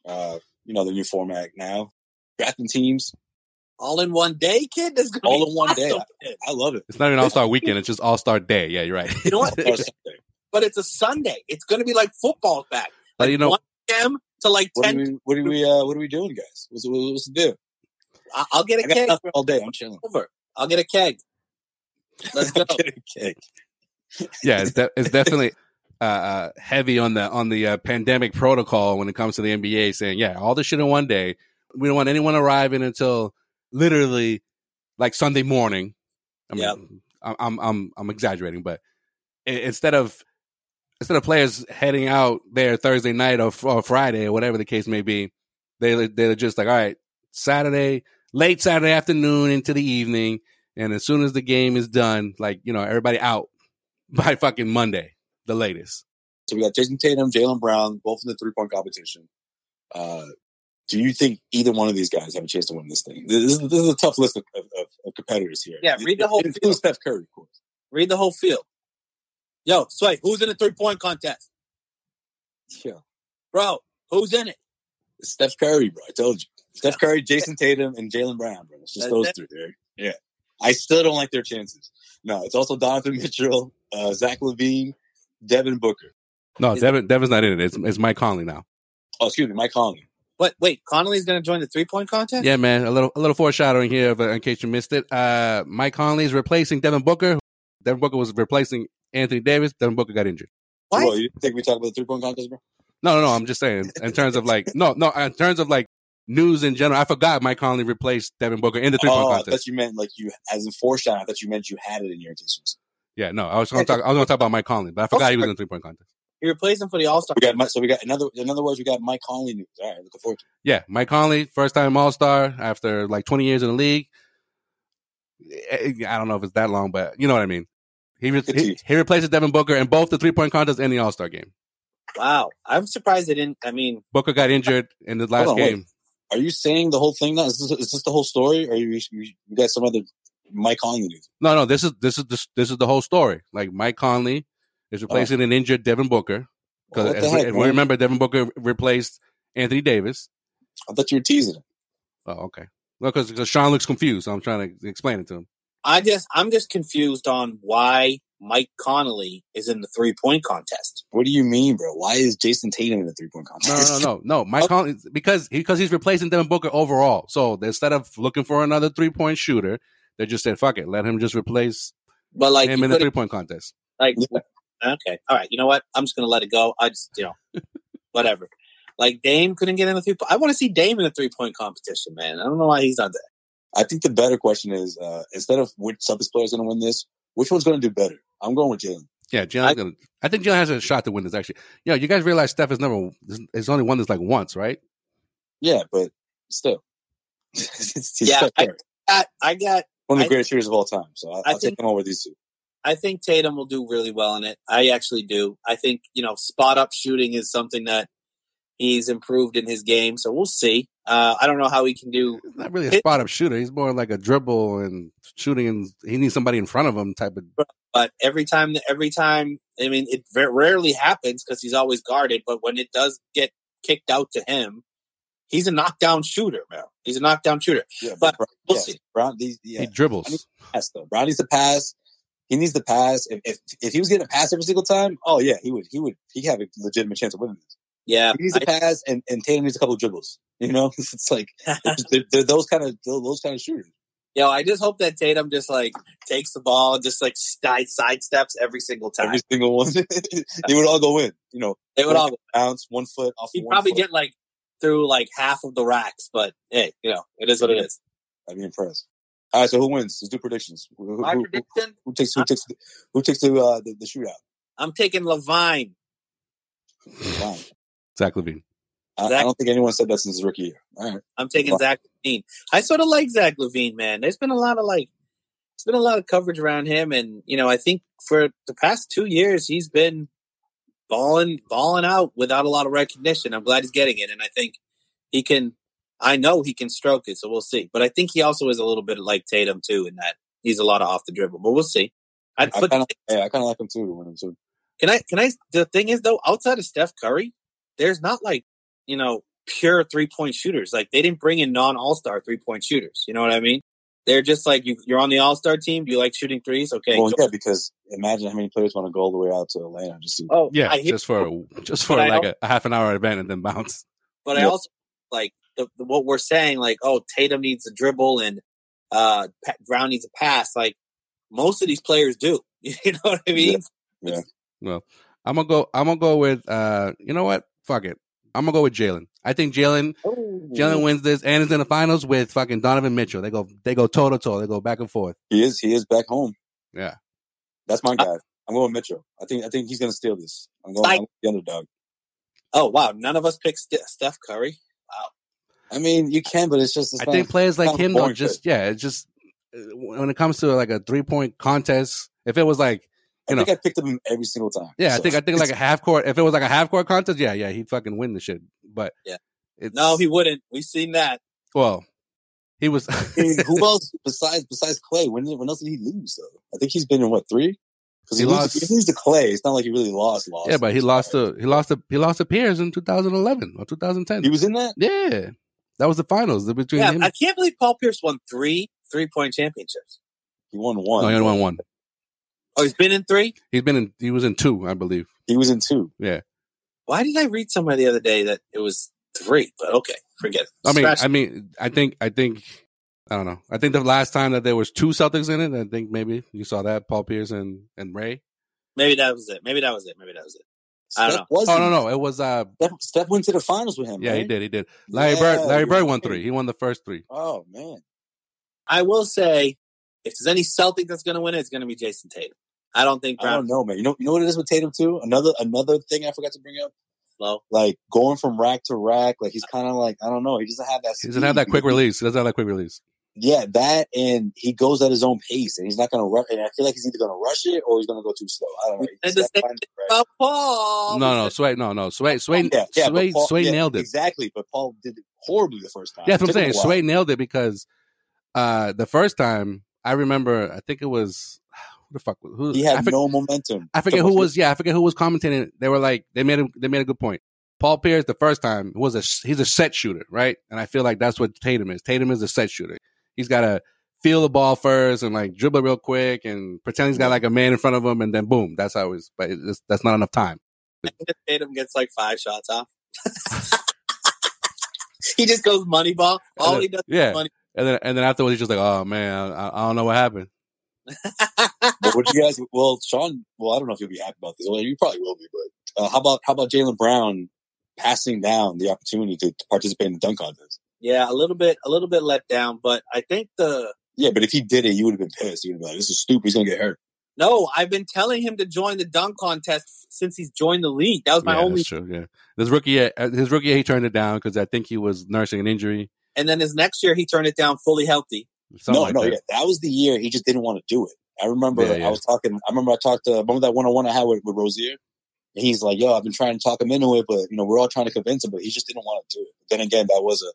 Speaker 1: Uh, you know, the new format now. Drafting teams,
Speaker 2: All in one day, kid. That's gonna
Speaker 1: All
Speaker 2: be
Speaker 1: in one day.
Speaker 2: awesome, kid.
Speaker 1: I love it.
Speaker 3: It's not even All Star Weekend. It's just All Star Day. Yeah, you're right. *laughs*
Speaker 2: You
Speaker 1: *laughs*
Speaker 2: know what?
Speaker 1: All-Star Sunday.
Speaker 2: But it's a Sunday. It's gonna be like football back.
Speaker 3: But you know,
Speaker 2: One p.m. to like
Speaker 1: What are
Speaker 2: ten.
Speaker 1: we? What are we? Uh, what are we doing, guys? What's, what's the deal?
Speaker 2: I- I'll get
Speaker 1: I
Speaker 2: a
Speaker 1: got
Speaker 2: keg.
Speaker 1: nothing
Speaker 2: bro.
Speaker 1: all day. I'm chilling. *laughs*
Speaker 2: Over. I'll get a keg. Let's go.
Speaker 1: Get a cake.
Speaker 3: yeah, it's, de- it's definitely uh, uh, heavy on the on the uh, pandemic protocol when it comes to the NBA, saying yeah, all this shit in one day. We don't want anyone arriving until literally like Sunday morning. I mean,
Speaker 2: Yep.
Speaker 3: I'm, I'm I'm I'm exaggerating, but i- instead of instead of players heading out there Thursday night or, fr- or Friday or whatever the case may be, they they're just like all right, Saturday, late Saturday afternoon into the evening, and as soon as the game is done, like you know, everybody out by fucking Monday, the latest.
Speaker 1: So we got Jason Tatum, Jalen Brown, both in the three point competition. Uh, do you think either one of these guys have a chance to win this thing? This is, this is a tough list of, of, of competitors here.
Speaker 2: Yeah, read the whole
Speaker 1: It includes Steph Curry, of course.
Speaker 2: Read the whole field. Yo, Sway, who's in the three point contest?
Speaker 1: Yeah,
Speaker 2: Bro, who's in it?
Speaker 1: It's Steph Curry, bro. I told you, Steph
Speaker 2: *laughs*
Speaker 1: Curry, Jason Tatum, and Jalen Brown, bro. It's just
Speaker 2: That's
Speaker 1: those
Speaker 2: it.
Speaker 1: three. Dude. Yeah, I still don't like their chances. No, it's also Donovan *laughs* Mitchell, uh, Zach Levine, Devin Booker.
Speaker 3: No,
Speaker 2: Is-
Speaker 3: Devin, Devin's not in it. It's, it's Mike Conley now.
Speaker 1: Oh, excuse me, Mike Conley.
Speaker 2: What? Wait, Connolly's going to join the three point contest?
Speaker 3: Yeah, man. A little a little foreshadowing here, but in case you missed it, uh, Mike Conley is replacing Devin Booker. Devin Booker was replacing Anthony Davis. Devin Booker got injured.
Speaker 2: What?
Speaker 1: Well, oh, you think we talk about the three point contest, bro?
Speaker 3: No, no, no. I'm just saying in terms of like no, no. In terms of like news in general, I forgot Mike Conley replaced Devin Booker in the three point
Speaker 1: oh, I
Speaker 3: contest.
Speaker 1: thought you meant like you as a foreshadow. I thought you meant you had it in your intentions.
Speaker 3: Yeah, no. I was gonna talk. I was gonna talk about Mike Conley, but I forgot he was in the three point contest.
Speaker 2: You replace him for the All Star.
Speaker 1: We got Mi- so we got another. In other words, we got Mike Conley news. All right, looking forward to
Speaker 3: Yeah, Mike Conley, first time All Star after like 20 years in the league. Eh, I don't know if it's that long, but you know what I mean. He re-
Speaker 1: Good
Speaker 3: he,
Speaker 1: team.
Speaker 3: he replaces Devin Booker in both the three point contest and the All Star game.
Speaker 2: Wow. I'm surprised they didn't. I mean,
Speaker 3: Booker got injured in the last
Speaker 1: on, wait.
Speaker 3: game.
Speaker 1: it. Are you saying the whole thing now? Is this, is this the whole story, or you you, you got some other Mike Conley news?
Speaker 3: No, no, this is this is this, this is the whole story. Like Mike Conley is replacing an injured Devin Booker because
Speaker 1: Uh-huh. What the
Speaker 3: we,
Speaker 1: heck,
Speaker 3: if we
Speaker 1: man?
Speaker 3: remember Devin Booker replaced Anthony Davis.
Speaker 1: I thought you were teasing. Him.
Speaker 3: Oh, okay. Well, because Sean looks confused, so I'm trying to explain it to him.
Speaker 2: I just, I'm just confused on why Mike Connolly is in the three point contest.
Speaker 1: What do you mean, bro? Why is Jason Tatum in the three point
Speaker 3: No, no,
Speaker 1: contest?
Speaker 3: no, no. Mike Conley because because he's replacing Devin Booker overall. So instead of looking for another three point shooter, they just said, "Fuck it, let him just replace
Speaker 2: But like,
Speaker 3: him
Speaker 2: you
Speaker 3: in the
Speaker 2: could've-
Speaker 3: three point contest."
Speaker 2: like,
Speaker 1: Yeah.
Speaker 2: okay. All right. You know what? I'm just going to let it go. I just, you know, whatever. Like, Dame couldn't get in the three point. I want to see Dame in the three point competition, man. I don't know why he's not there.
Speaker 1: *laughs* I think the better question is uh, instead of which Celtics player is going to win this, which one's going to do better? I'm going with Jalen.
Speaker 3: Yeah, Jalen. I,
Speaker 2: I-
Speaker 3: gonna, I think Jalen has a shot to win this. Actually, yo, you guys realize Steph has never has only won this like once, right?
Speaker 1: Yeah, but still, *laughs* He's
Speaker 2: Yeah,
Speaker 1: Steph
Speaker 2: I-
Speaker 1: Curry.
Speaker 2: I, I got.
Speaker 1: one of the
Speaker 2: I-
Speaker 1: greatest shooters of all time. So I,
Speaker 2: I
Speaker 1: I'll
Speaker 2: think-
Speaker 1: take him over these two.
Speaker 2: I think Tatum will do really well in it. I actually do. I think you know spot up shooting is something that he's improved in his game. So we'll see. Uh, I don't know how he can do.
Speaker 3: He's not really a
Speaker 2: It-
Speaker 3: spot up shooter. He's more like a dribble and shooting, and he needs somebody in front of him type of.
Speaker 2: But every time, every time, I mean, it ver- rarely happens because he's always guarded. But when it does get kicked out to him, he's a knockdown shooter, man. He's a knockdown shooter.
Speaker 1: Yeah,
Speaker 2: But
Speaker 1: Brown-
Speaker 2: we'll
Speaker 1: yeah,
Speaker 2: see.
Speaker 1: Brown, these, yeah.
Speaker 3: He dribbles.
Speaker 1: I mean- pass though. Brown needs to pass. He needs to pass. If, if if he was getting a pass every single time, oh yeah, he would he would he have a legitimate chance of winning this.
Speaker 2: Yeah,
Speaker 1: He needs to
Speaker 2: I-
Speaker 1: pass, and and Tatum needs a couple dribbles. You know, *laughs* it's
Speaker 2: *laughs*
Speaker 1: like they're, they're those kind of they're those kind of shooters.
Speaker 2: yo, I just hope that Tatum just like takes the ball, and just like side sidesteps every single time.
Speaker 1: Every single one, *laughs* they would all go in. You know,
Speaker 2: they would all
Speaker 1: bounce one foot off.
Speaker 2: he
Speaker 1: of one
Speaker 2: probably
Speaker 1: foot.
Speaker 2: get like through like half of the racks, but hey, you know, it is what it is.
Speaker 1: I'd be impressed. All right, so who wins? Let's do predictions. Who, who-
Speaker 2: My
Speaker 1: who-
Speaker 2: prediction:
Speaker 1: who takes who takes who takes the uh, the, the shootout?
Speaker 2: I'm taking Levine.
Speaker 1: Fine.
Speaker 3: Zach Levine.
Speaker 1: I, I don't think anyone said that since his rookie year. All right,
Speaker 2: I'm taking
Speaker 1: Wow.
Speaker 2: Zach Levine. I sort of like Zach Levine, man. There's been a lot of like, it's been a lot of coverage around him, and you know, I think for the past two years he's been balling, balling out without a lot of recognition. I'm glad he's getting it, and I think he can. I know he can stroke it, so we'll see. But I think he also is a little bit like Tatum too, in that he's a lot of off the dribble. But we'll see. I'd
Speaker 1: I
Speaker 2: put
Speaker 1: kind of yeah, I kind of like him too to win him too.
Speaker 2: Can I? Can I? The thing is, though, outside of Steph Curry, there's not like you know pure three point shooters. Like they didn't bring in non All Star three point shooters. You know what I mean? They're just like you, you're on the All Star team. You like shooting threes, okay?
Speaker 1: Well,
Speaker 2: go.
Speaker 1: yeah, because imagine how many players want to go all the way out to Atlanta just to
Speaker 2: Oh
Speaker 3: Yeah,
Speaker 2: I hear
Speaker 3: just for just for
Speaker 2: But I
Speaker 3: like a,
Speaker 2: don't-
Speaker 3: a half an hour event and then bounce.
Speaker 2: But I
Speaker 1: Yep.
Speaker 2: also like the, the, what we're saying, like, oh, Tatum needs a dribble and uh, Pat Brown needs a pass. Like, most of these players do. *laughs* You know what I mean?
Speaker 3: I'm gonna go. I'm gonna go with. uh You know what? Fuck it. I'm gonna go with Jalen. I think Jalen
Speaker 1: Oh.
Speaker 3: Jalen wins this and is in the finals with fucking Donovan Mitchell. They go they go toe to toe. They go back and forth.
Speaker 1: He is. He is back home.
Speaker 3: Yeah.
Speaker 1: that's my guy. I'm going Mitchell. I think. I think he's going to steal this. I'm going
Speaker 2: Like-
Speaker 1: I'm the underdog.
Speaker 2: Oh, wow. None of us picked Ste- Steph Curry.
Speaker 1: I mean, you can, but it's just. It's
Speaker 3: I
Speaker 1: not-
Speaker 3: think players like
Speaker 1: not
Speaker 3: him though,
Speaker 1: boring
Speaker 3: just yeah, it's just uh, when it comes to like a three point contest. If it was like
Speaker 1: I
Speaker 3: you know-
Speaker 1: think I picked him every single time.
Speaker 3: yeah, I
Speaker 1: So-
Speaker 3: think I think like a half court. If it was like a half court contest, yeah, yeah, he'd fucking win the shit. But
Speaker 2: Yeah.
Speaker 3: it's,
Speaker 2: No, he wouldn't. We've seen that.
Speaker 3: well, he was.
Speaker 1: I mean, who else besides besides Clay? When when else did he lose though? I think he's been in what three? Because he,
Speaker 3: He
Speaker 1: lost.
Speaker 3: lost-
Speaker 1: He loses to Clay. It's not like he really lost. Lost.
Speaker 3: *laughs* yeah, but he lost to he lost to he lost to Pierce in 2011 or 2010.
Speaker 1: He was in that.
Speaker 3: yeah, that was the finals between
Speaker 2: Yeah,
Speaker 3: him.
Speaker 2: I can't believe Paul Pierce won three three point championships.
Speaker 1: He won
Speaker 3: no,
Speaker 1: one.
Speaker 3: he only won one.
Speaker 2: Oh, he's been in three?
Speaker 3: He's been in. He was in two, I believe.
Speaker 1: He was in two.
Speaker 2: Why did I read somewhere the other day that it was three? But okay, forget it.
Speaker 3: I mean,
Speaker 2: Scratch
Speaker 3: I mean, I think, I think, I don't know. I think the last time that there was two Celtics in it, I think maybe you saw that Paul Pierce and and Ray.
Speaker 2: Maybe that was it. Maybe that was it. Maybe that was it.
Speaker 1: Steph
Speaker 2: I don't know.
Speaker 1: Was
Speaker 3: Oh no, no, it was uh,
Speaker 1: Steph, Steph went to the finals with him.
Speaker 3: yeah, he
Speaker 1: right?
Speaker 3: did, he did. Larry
Speaker 1: Yeah,
Speaker 3: Bird, Larry
Speaker 1: you're
Speaker 3: Bird won
Speaker 1: right.
Speaker 3: three. He won the first three.
Speaker 1: Oh man,
Speaker 2: I will say, if there's any Celtic that's going to win it, it's going to be Jason Tatum. I don't think
Speaker 1: I don't
Speaker 2: Brown.
Speaker 1: know, man. You know, you know what it is with Tatum too. Another another thing I forgot to bring up.
Speaker 2: Slow.
Speaker 1: Like going from rack to rack, like he's kind of like I don't know. He doesn't have that.
Speaker 3: He doesn't have that
Speaker 1: speed.
Speaker 3: quick release. He doesn't have that quick release.
Speaker 1: Yeah, that and he goes at his own pace, and he's not gonna rush. And I feel like he's either gonna rush it or he's gonna go too slow. I don't know.
Speaker 2: We said
Speaker 1: He's
Speaker 2: the
Speaker 1: got to find
Speaker 2: Oh, Paul.
Speaker 3: No, no, Sway, no, no, Sway, Sway,
Speaker 1: the right- Oh, yeah, yeah, but
Speaker 3: Sway,
Speaker 1: Paul-
Speaker 3: Sway
Speaker 1: yeah,
Speaker 3: nailed it.
Speaker 1: exactly. But Paul did it horribly the first time.
Speaker 3: Yeah, that's what I'm
Speaker 1: Took him
Speaker 3: saying.
Speaker 1: a while.
Speaker 3: Sway nailed it because uh the first time I remember, I think it was *sighs* who the fuck was who?
Speaker 1: he had
Speaker 3: I forget-
Speaker 1: no momentum.
Speaker 3: I forget who was. Yeah, I forget who was commentating. They were like, they made a, they made a good point. Paul Pierce, the first time, was a he's a set shooter, right? And I feel like that's what Tatum is. Tatum is a set shooter. He's got to feel the ball first and like dribble real quick and pretend he's got like a man in front of him, and then boom, that's how it's. But it's, that's not enough time.
Speaker 2: I think that Tatum gets like five shots off. *laughs* he just goes money ball. All he does. *laughs*
Speaker 3: yeah.
Speaker 2: money.
Speaker 3: And then and then afterwards, he's just like, oh man, I, I don't know what happened.
Speaker 1: But would you guys? Well, Sean. Well, I don't know if you'll be happy about this. Well, you probably will be. But uh, how about how about Jalen Brown passing down the opportunity to, to participate in the dunk contest?
Speaker 2: Yeah, a little bit, a little bit let down, but I think the
Speaker 1: Yeah, but if he did it, you would have been pissed. You would have been like, "This is stupid. He's gonna get hurt."
Speaker 2: no. I've been telling him to join the dunk contest since he's joined the league. That was my
Speaker 3: yeah,
Speaker 2: only.
Speaker 3: that's true. Yeah, this rookie, year- uh, his rookie, year, he turned it down because I think he was nursing an injury.
Speaker 2: And then his next year, he turned it down fully healthy.
Speaker 3: Something
Speaker 1: no,
Speaker 3: like
Speaker 1: no,
Speaker 3: that.
Speaker 1: yeah, that was the year he just didn't want to do it. I remember
Speaker 3: Yeah, yeah.
Speaker 1: I was talking. I remember I talked to remember that one on one I had with, with Rozier. And he's like, "Yo, I've been trying to talk him into it, but you know, we're all trying to convince him, but he just didn't want to do it." But then again, that was a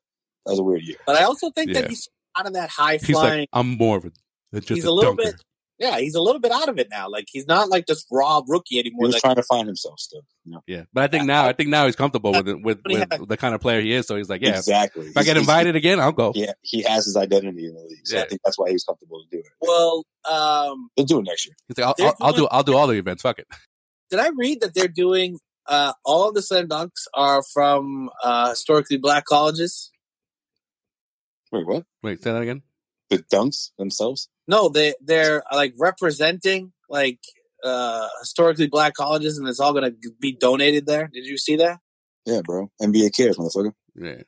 Speaker 1: that was a weird year.
Speaker 2: But I also think
Speaker 3: Yeah.
Speaker 2: that he's out of that high
Speaker 3: He's
Speaker 2: flying.
Speaker 3: like, I'm more of a than just
Speaker 2: He's a little
Speaker 3: dunker.
Speaker 2: bit- yeah, he's a little bit out of it now. Like he's not like this raw rookie
Speaker 1: He
Speaker 2: anymore.
Speaker 1: was
Speaker 2: Like,
Speaker 1: trying to find himself still. You know?
Speaker 3: Yeah, but I think now I think now he's comfortable with it, with,
Speaker 2: But he
Speaker 3: with the kind of player he is. So he's like, yeah,
Speaker 1: exactly.
Speaker 3: if I get invited again, I'll go.
Speaker 1: yeah, he has his identity in the league, so
Speaker 3: Yeah.
Speaker 1: I think that's why he's comfortable to do it.
Speaker 2: well, um,
Speaker 1: He'll do it next year.
Speaker 3: He's like, I'll,
Speaker 2: They're
Speaker 3: I'll, I'll do I'll do all the events. Fuck it.
Speaker 2: did I read that they're doing uh, all the slam dunks are from uh, historically black colleges?
Speaker 1: Wait, what?
Speaker 3: Wait, say that again.
Speaker 1: The dunks themselves?
Speaker 2: No, they they're like representing like uh, historically black colleges, and it's all going to be donated there. Did you see that?
Speaker 1: Yeah, bro. NBA cares, motherfucker. *laughs*
Speaker 3: Yeah.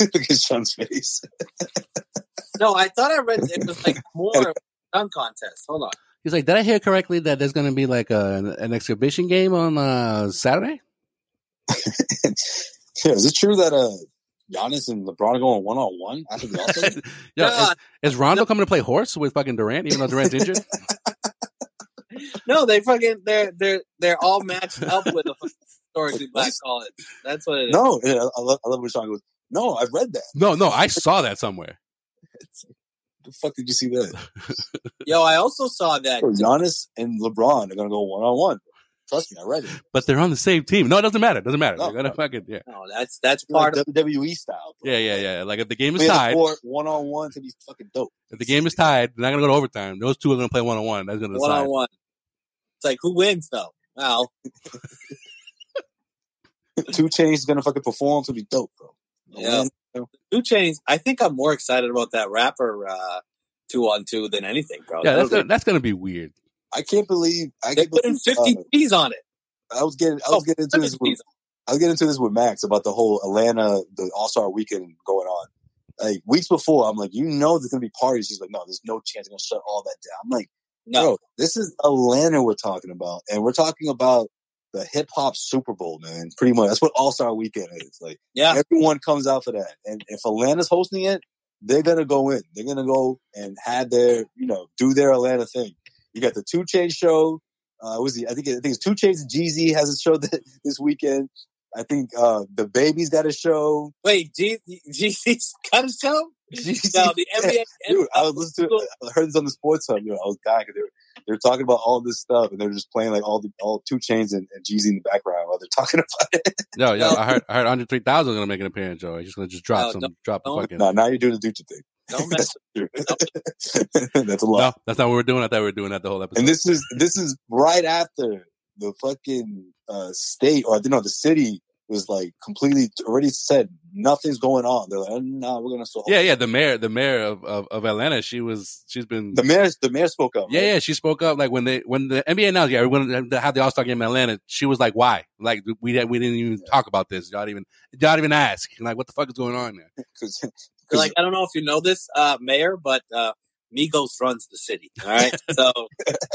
Speaker 1: Look at Sean's face. *laughs*
Speaker 2: No, I thought I read it was like more of a dunk contest. Hold on.
Speaker 3: He's like, did I hear correctly that there's going to be like a, an, an exhibition game on uh, Saturday?
Speaker 1: yeah, is it true that uh Giannis and LeBron are going one on one after the
Speaker 3: Yo,
Speaker 1: offseason?
Speaker 2: No,
Speaker 3: is, is Rondo coming to play horse with fucking Durant, even though Durant's injured?
Speaker 2: no, they fucking they're they're they're all matched up with a fucking historically
Speaker 1: Like, *laughs*
Speaker 2: black
Speaker 1: what?
Speaker 2: college. That's what it is.
Speaker 1: no, yeah, I love, I love when Sean goes. No, I've read that.
Speaker 3: No, no, I saw that somewhere.
Speaker 1: The fuck did you see that?
Speaker 2: Yo, I also saw that.
Speaker 1: Oh. Giannis and LeBron are gonna go one on one. Trust me, I read it.
Speaker 3: But they're on the same team. No, it doesn't matter. It doesn't matter.
Speaker 1: No.
Speaker 3: They're gonna fucking yeah.
Speaker 2: No, that's that's
Speaker 1: Like
Speaker 2: part of
Speaker 1: WWE style. bro.
Speaker 3: Yeah, yeah, yeah. Like if the game
Speaker 1: Play
Speaker 3: is
Speaker 1: the
Speaker 3: tied,
Speaker 1: court, one on one to be fucking dope.
Speaker 3: if the game is tied, they're not gonna go to overtime. Those two are gonna play one on one. That's gonna
Speaker 2: one
Speaker 3: decide.
Speaker 2: on one. It's like who wins though? Well,
Speaker 1: Two Chainz is gonna fucking perform to be dope, bro.
Speaker 2: Yeah. Two Chains. I think I'm more excited about that rapper uh, two on two than anything, bro.
Speaker 3: Yeah,
Speaker 2: That
Speaker 3: that's
Speaker 2: was-
Speaker 3: gonna, that's gonna be weird.
Speaker 1: I can't believe I
Speaker 2: they
Speaker 1: can't *laughs*
Speaker 2: put in
Speaker 1: believe,
Speaker 2: fifty
Speaker 1: uh,
Speaker 2: G's on it.
Speaker 1: I was getting I was
Speaker 2: Oh,
Speaker 1: getting into
Speaker 2: 50
Speaker 1: this with
Speaker 2: G's.
Speaker 1: I was getting into this with Max about the whole Atlanta the All Star Weekend going on. Like weeks before, I'm like, you know, there's gonna be parties. He's like, no, there's no chance they're gonna shut all that down. I'm like,
Speaker 2: No,
Speaker 1: bro, this is Atlanta we're talking about, and we're talking about the hip hop Super Bowl, man. Pretty much, that's what All Star Weekend is. Like
Speaker 2: yeah,
Speaker 1: *laughs* everyone comes out for that, and if Atlanta's hosting it, they're gonna go in. They're gonna go and have their, you know, do their Atlanta thing. You got the Two Chain show. Uh, what was the, I think I think it's Two Chains and Jeezy has a show *laughs* that, this weekend. I think uh, the baby's got a show.
Speaker 2: wait, G- GC's got a show.
Speaker 1: GC
Speaker 2: No, the NBA.
Speaker 1: Dude, I was listening *laughs* to I heard this on the sports hub. You know, I was dying 'cause they were they were talking about all this stuff, and they're just playing like all the all two chains and, and Jeezy in the background while they're *laughs* talking about it.
Speaker 3: No, yeah,
Speaker 2: No.
Speaker 3: I heard I heard Andre three thousand gonna make an appearance, Joe. He's just gonna just drop
Speaker 2: No,
Speaker 3: some
Speaker 2: don't-
Speaker 3: drop the
Speaker 2: don't.
Speaker 3: fucking.
Speaker 1: No, now you're doing the Ducha thing.
Speaker 2: Don't mess
Speaker 1: That's, *laughs* true. That's a lot.
Speaker 3: No, that's not what we're doing. I thought we were doing that the whole episode.
Speaker 1: And this is this is right after the fucking uh, state or no, the city was like completely already said nothing's going on. They're like, oh, no, we're gonna still hold
Speaker 3: yeah,
Speaker 1: it."
Speaker 3: yeah. The mayor, the mayor of, of, of Atlanta, she was she's been
Speaker 1: The mayor the mayor spoke up.
Speaker 3: Yeah,
Speaker 1: right?
Speaker 3: yeah, she spoke up like when they when the NBA announced yeah when they had the All Star game in Atlanta, she was like, "Why? Like we we didn't even talk about this. Y'all didn't even y'all didn't even ask. Like what the fuck is going on there?
Speaker 1: *laughs* 'Cause-
Speaker 2: They're like, I don't know if you know this, uh, Mayor, but uh, Migos runs the city. All right, so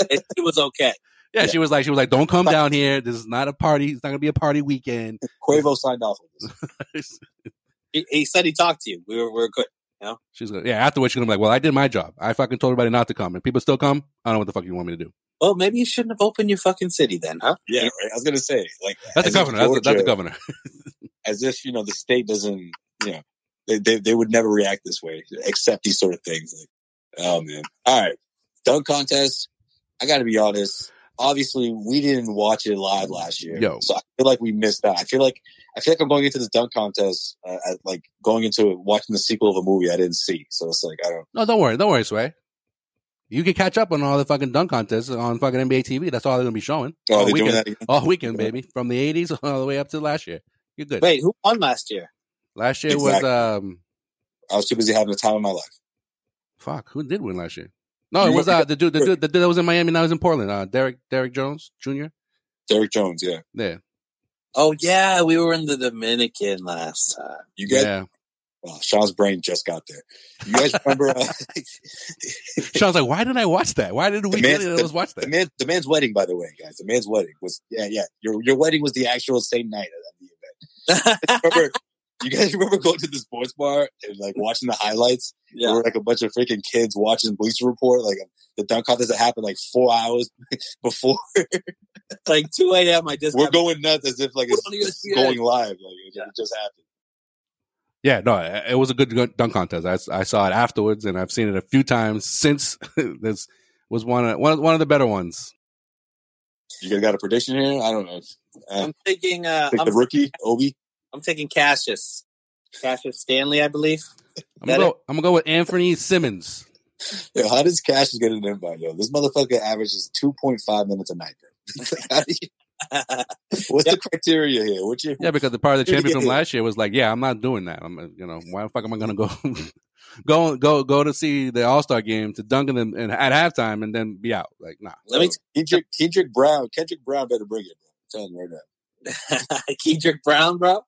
Speaker 2: it, it was okay.
Speaker 3: Yeah,
Speaker 1: Yeah.
Speaker 3: she was like, she was like, "Don't come down here. This is not a party. It's not gonna be a party weekend." *laughs*
Speaker 1: Quavo signed off on this.
Speaker 2: He, he said he talked to you. We were, we were good.
Speaker 3: she's gonna, yeah. Afterwards, she's gonna be like, "Well, I did my job. I fucking told everybody not to come, and people still come. I don't know what the fuck you want me to do."
Speaker 2: Well, maybe you shouldn't have opened your fucking city then, huh?
Speaker 1: Yeah, right. I was gonna say like
Speaker 3: That's
Speaker 1: as
Speaker 3: the
Speaker 1: if
Speaker 3: governor. That's the, that's the
Speaker 1: Georgia-
Speaker 3: governor. *laughs*
Speaker 1: as if you know the state doesn't you know they, they, they would never react this way accept these sort of things like oh man all right dunk contest i gotta be honest obviously we didn't watch it live last year
Speaker 3: Yo.
Speaker 1: so i feel like we missed that i feel like i feel like i'm going into this dunk contest uh, at, like going into it, watching the sequel of a movie i didn't see so it's like i don't
Speaker 3: No, don't worry, don't worry, Sway. You can catch up on all the fucking dunk contests on fucking NBA TV. That's all they're gonna be showing
Speaker 1: oh,
Speaker 3: all
Speaker 1: they're doing
Speaker 3: weekend,
Speaker 1: that again?
Speaker 3: all weekend, baby, from the '80s *laughs* all the way up to last year. You're good.
Speaker 2: Wait, who won last year?
Speaker 3: Last year
Speaker 1: Exactly.
Speaker 3: was um
Speaker 1: i was too busy having the time of my life
Speaker 3: fuck, who did win last year? No,
Speaker 1: You
Speaker 3: it was
Speaker 1: remember
Speaker 3: uh the dude the dude the dude that was in Miami now he's in Portland. Uh Derek Derek Jones Jr.
Speaker 1: derek jones yeah
Speaker 3: Yeah.
Speaker 2: Oh yeah, we were in the Dominican last time.
Speaker 1: you guys
Speaker 3: Yeah.
Speaker 1: wow, sean's brain just got there you guys
Speaker 3: *laughs*
Speaker 1: remember uh, *laughs*
Speaker 3: Sean's like, why did I watch that? Why did we
Speaker 1: man-
Speaker 3: really let us watch
Speaker 1: The
Speaker 3: that?
Speaker 1: man, the man's wedding, by the way, guys. The man's wedding was yeah, yeah. Your your wedding was the actual same night of the event.
Speaker 2: *laughs*
Speaker 1: Remember, you guys remember going to the sports bar and like watching the highlights? There
Speaker 2: Mm-hmm. yeah,
Speaker 1: were like a bunch of freaking kids watching Bleacher Report, like um, the dunk contest that happened like four hours *laughs* before.
Speaker 2: it's like two a.m. I just
Speaker 1: We're
Speaker 2: got-
Speaker 1: going nuts as if like
Speaker 2: *laughs*
Speaker 1: it's, it's going live, like it just happened.
Speaker 3: Yeah, no, it it was a good gun- dunk contest. I, s- I saw it afterwards and I've seen it a few times since *laughs* this was one of one of, one of the better ones.
Speaker 1: You guys got a prediction here? I don't know.
Speaker 2: I'm taking. Uh,
Speaker 1: Pick
Speaker 2: I'm,
Speaker 1: the rookie Obi.
Speaker 2: I'm taking Cassius. Cassius Stanley, I believe.
Speaker 3: I'm gonna
Speaker 2: That
Speaker 3: go I'm gonna go with Anthony Simmons.
Speaker 1: Yo, how does Cash get an invite? Yo, this motherfucker averages two point five minutes a night. Bro. *laughs* Like, how do you- what's the criteria here? What's your
Speaker 3: Yeah, because the part of the
Speaker 1: Did he
Speaker 3: champion
Speaker 1: get
Speaker 3: from
Speaker 1: hit?
Speaker 3: last year was like, yeah, I'm not doing that. I'm, uh, you know, why the fuck am I gonna go, *laughs* go, go, go to see the All Star game to dunk in them and at halftime and then be out? Like, nah.
Speaker 2: Let me
Speaker 1: Kendrick, Kendrick Brown. Kendrick Brown better bring it. Bro. I'm telling you right now.
Speaker 2: *laughs* Kedrick
Speaker 1: *laughs*
Speaker 2: Brown, bro.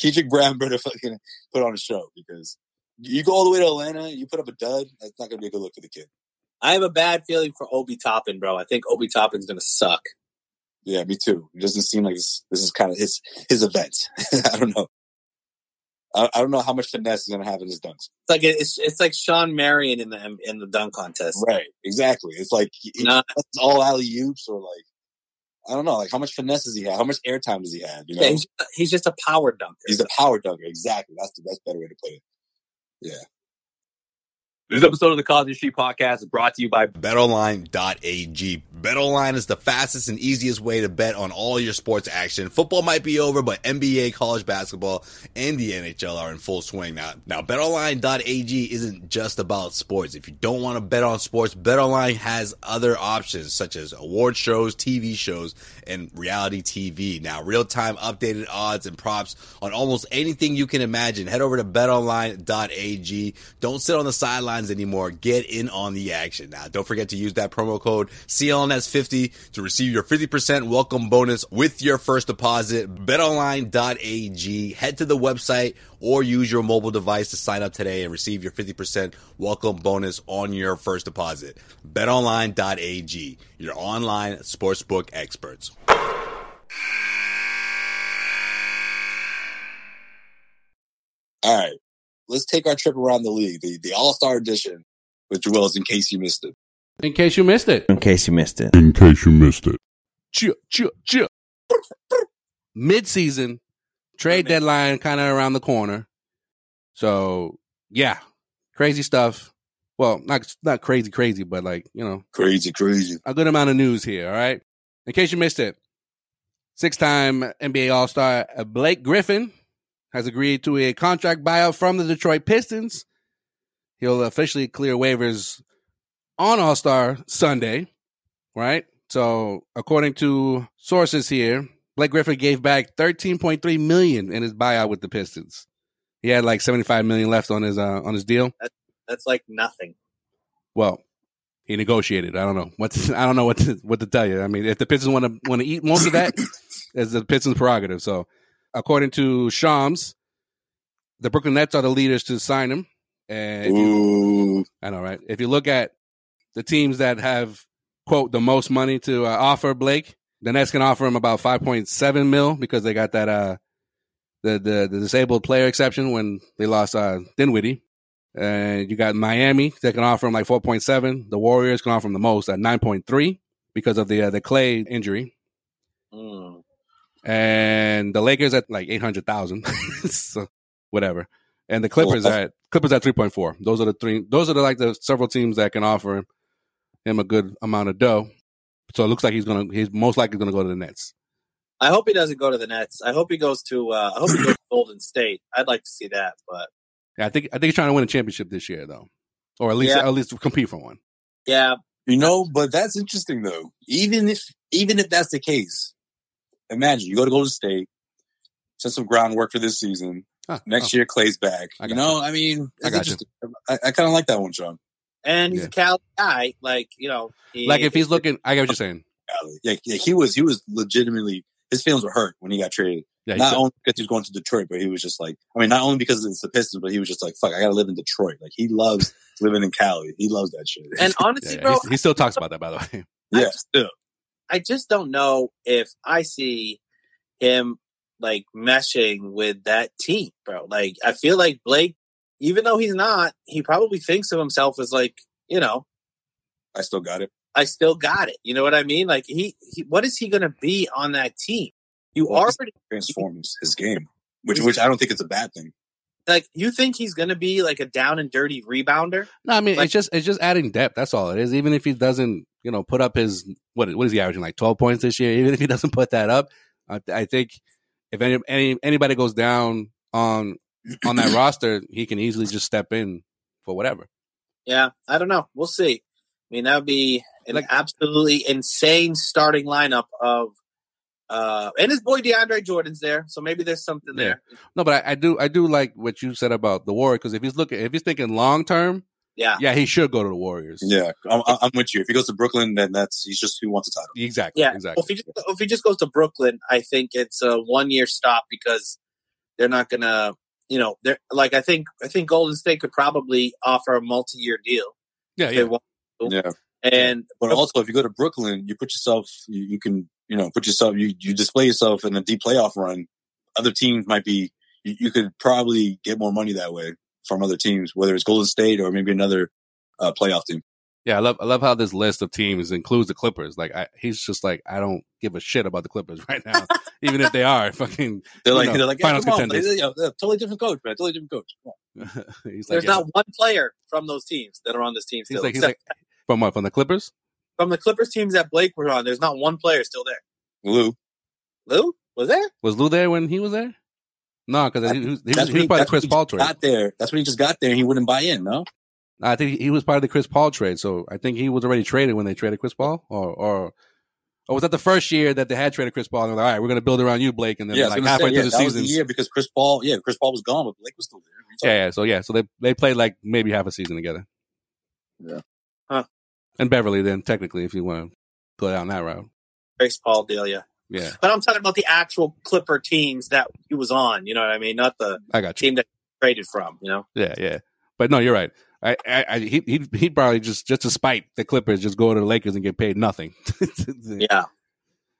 Speaker 1: Kendrick Brown better fucking put on a show because you go all the way to Atlanta, you put up a dud. That's not going to be a good look for the kid.
Speaker 2: I have a bad feeling for Obi Toppin, bro. I think Obi Toppin's gonna suck.
Speaker 1: Yeah, me too. It doesn't seem like this. This is kind of his his event. *laughs* I don't know. I, I don't know how much finesse he's going to have in his dunks.
Speaker 2: It's like it's, it's like Sean Marion in the in the dunk contest.
Speaker 1: Right. Exactly. It's like he- he-
Speaker 2: Not-
Speaker 1: it's all alley oops or like I don't know. Like how much finesse does he have? How much airtime does he have? You know.
Speaker 2: yeah, he's, he's just a power dunker.
Speaker 1: He's a power dunker. Exactly. That's the that's a better way to put it. Yeah.
Speaker 4: This episode of the Cosby Street Podcast is brought to you by
Speaker 1: BetOnline.ag. BetOnline is the fastest and easiest way to bet on all your sports action. Football might be over, but NBA, college basketball, and the NHL are in full swing now. Now, BetOnline.ag isn't just about sports. If you don't want to bet on sports, BetOnline has other options such as award shows, TV shows, and reality TV. Now, real-time updated odds and props on almost anything you can imagine. Head over to BetOnline.ag. Don't sit on the sidelines anymore. Get in on the action now. Don't forget to use that promo code CLNS50 to receive your 50% welcome bonus with your first deposit. BetOnline.ag. Head to the website or use your mobile device to sign up today and receive your 50% welcome bonus on your first deposit. BetOnline.ag, your online sportsbook experts.
Speaker 4: All right let's take our trip around the league, the, the All Star Edition with Willis. In case you missed it,
Speaker 3: In case you missed it.
Speaker 5: In case you missed it.
Speaker 6: In case you missed it.
Speaker 3: Chill, chill, chill. Mid-season trade deadline kind of around the corner. So yeah, crazy stuff. Well, not not crazy, crazy, but like you know,
Speaker 4: crazy, crazy.
Speaker 3: a good amount of news here. All right. In case you missed it, six time NBA All Star uh, Blake Griffin has agreed to a contract buyout from the Detroit Pistons. He'll officially clear waivers on All Star Sunday, right? So, according to sources here, Blake Griffin gave back 13.3 million in his buyout with the Pistons. He had like 75 million left on his uh, on his deal.
Speaker 2: That's like nothing.
Speaker 3: Well, he negotiated. I don't know what to, *laughs* I don't know what to, what to tell you. I mean, if the Pistons want to want to eat most of that, it's the Pistons' prerogative. So, according to Shams, the Brooklyn Nets are the leaders to sign him. And if you,
Speaker 4: Ooh,
Speaker 3: I know, right? If you look at the teams that have quote the most money to uh, offer Blake, the Nets can offer him about five point seven mil because they got that uh the the, the disabled player exception when they lost uh, Dinwiddie. And you got Miami that can offer him like four point seven. The Warriors can offer him the most at nine point three because of the uh, the Clay injury,
Speaker 2: Mm.
Speaker 3: and the Lakers at like eight hundred thousand, *laughs* so whatever. And the Clippers are at Clippers at three point four. Those are the three. Those are the, like the several teams that can offer him, him a good amount of dough. So it looks like he's gonna. He's most likely gonna go to the Nets.
Speaker 2: I hope he doesn't go to the Nets. I hope he goes to. Uh, I hope he goes to
Speaker 4: *clears throat*
Speaker 2: Golden State. I'd like to see that, but
Speaker 3: Yeah, I think I think he's trying to win a championship this year though, or at least
Speaker 2: Yeah.
Speaker 3: at least compete for one.
Speaker 2: yeah,
Speaker 4: you know, but that's interesting though. Even if even if that's the case, imagine you go to Golden State, set some groundwork for this season.
Speaker 3: Huh.
Speaker 4: Next year, Clay's back.
Speaker 3: Oh. I
Speaker 4: you
Speaker 3: got
Speaker 4: know, I mean,
Speaker 3: I
Speaker 4: it's
Speaker 3: got you.
Speaker 4: interesting. I, I kind of like that one, Sean.
Speaker 2: and he's
Speaker 3: Yeah.
Speaker 2: a Cali guy. Like you know, he,
Speaker 3: Like if he's looking, I get what you're saying.
Speaker 4: Yeah, yeah, he was he was legitimately his feelings were hurt when he got traded.
Speaker 3: Yeah,
Speaker 4: not
Speaker 3: he's-
Speaker 4: only because he was going to Detroit, but he was just like, I mean, not only because it's the Pistons, but he was just like, fuck, I gotta live in Detroit. Like he loves living in Cali. He loves that shit.
Speaker 2: and
Speaker 3: *laughs* yeah,
Speaker 2: honestly,
Speaker 3: yeah,
Speaker 2: bro,
Speaker 3: he's- he still talks about that by the way.
Speaker 4: yeah, yeah.
Speaker 2: I just don't know if I see him like meshing with that team, bro. Like I feel like Blake, even though he's not, he probably thinks of himself as like, you know,
Speaker 4: I still got it.
Speaker 2: I still got it. You know what I mean? Like he, he what is he going to be on that team? You
Speaker 4: Well, he's-
Speaker 2: already
Speaker 4: Transforms his game, which which I don't think it's a bad thing.
Speaker 2: like you think he's going to be like a down and dirty rebounder?
Speaker 3: No, I mean
Speaker 2: Like-
Speaker 3: it's just it's just adding depth. That's all it is. Even if he doesn't, you know, put up his what what is he averaging like twelve points this year? *laughs* Even if he doesn't put that up, I, I think if any, any anybody goes down on on that roster, he can easily just step in for whatever.
Speaker 2: Yeah, I don't know. We'll see. I mean, that would be an
Speaker 3: Like-
Speaker 2: absolutely insane starting lineup of. Uh, and his boy DeAndre Jordan's there, so maybe there's something
Speaker 3: Yeah.
Speaker 2: there.
Speaker 3: No, but I, I do I do like what you said about the Warriors because if he's looking if he's thinking long term,
Speaker 2: Yeah.
Speaker 3: yeah, he should go to the Warriors.
Speaker 4: Yeah, I'm, I'm I'm with you. If he goes to Brooklyn, then that's he's just he wants a title.
Speaker 3: exactly,
Speaker 2: Yeah.
Speaker 3: exactly.
Speaker 2: If he just, if he just goes to Brooklyn, I think it's a one year stop because they're not gonna, you know, they're like I think I think Golden State could probably offer a multi year deal.
Speaker 3: yeah,
Speaker 2: if
Speaker 3: Oh, yeah.
Speaker 2: They want,
Speaker 4: Yeah,
Speaker 2: and
Speaker 4: but also if you go to Brooklyn, you put yourself you, you can you know put yourself you you display yourself in a deep playoff run. Other teams might be you, you could probably get more money that way from other teams, whether it's Golden State or maybe another uh, playoff team.
Speaker 3: Yeah, I love I love how this list of teams includes the Clippers. Like I, he's just like I don't give a shit about the Clippers *laughs* right now, even if they are fucking
Speaker 4: They're
Speaker 3: You
Speaker 4: like
Speaker 3: know,
Speaker 4: they're like yeah,
Speaker 3: finals
Speaker 4: come on,
Speaker 3: contenders.
Speaker 4: like, yeah, yeah, totally different coach, man, totally different coach. Come on.
Speaker 3: *laughs* he's
Speaker 2: There's
Speaker 3: like, yeah.
Speaker 2: not one player from those teams that are on this team
Speaker 3: he's
Speaker 2: still.
Speaker 3: like, he's
Speaker 2: except
Speaker 3: like, from what? From the Clippers?
Speaker 2: from the Clippers teams that Blake was on, there's not one player still there.
Speaker 4: Lou.
Speaker 2: Lou was there?
Speaker 3: Was Lou there when he was there? No, because he, was- he, was-
Speaker 4: That's
Speaker 3: he
Speaker 4: when
Speaker 3: was part of the
Speaker 4: that's when
Speaker 3: Chris
Speaker 4: he
Speaker 3: Paul
Speaker 4: just
Speaker 3: trade.
Speaker 4: Got there. That's when he just got there. and He wouldn't buy in. No,
Speaker 3: I think he was part of the Chris Paul trade. So I think he was already traded when they traded Chris Paul, or or or was that the first year that they had traded Chris Paul? And they were like, all right, we're going to build around you, Blake. And then
Speaker 4: yeah, I was
Speaker 3: like
Speaker 4: gonna
Speaker 3: halfway
Speaker 4: say,
Speaker 3: through
Speaker 4: yeah,
Speaker 3: the
Speaker 4: that was
Speaker 3: season,
Speaker 4: the year because Chris Paul. Yeah, Chris Paul was gone, but Blake was still there. What are you
Speaker 3: yeah, yeah, so yeah, so they they played like maybe half a season together.
Speaker 4: Yeah.
Speaker 2: Huh.
Speaker 3: And Beverly, then technically, if you want to go down that route,
Speaker 2: Grace Paul Delia.
Speaker 3: yeah,
Speaker 2: But I'm talking about the actual Clipper teams that he was on. You know what I mean? Not the
Speaker 3: I got you.
Speaker 2: team that he traded from. You know?
Speaker 3: Yeah, yeah. But no, you're right. I, I, I he, he, he probably just, just to spite the Clippers, just go to the Lakers and get paid nothing. *laughs*
Speaker 2: Yeah.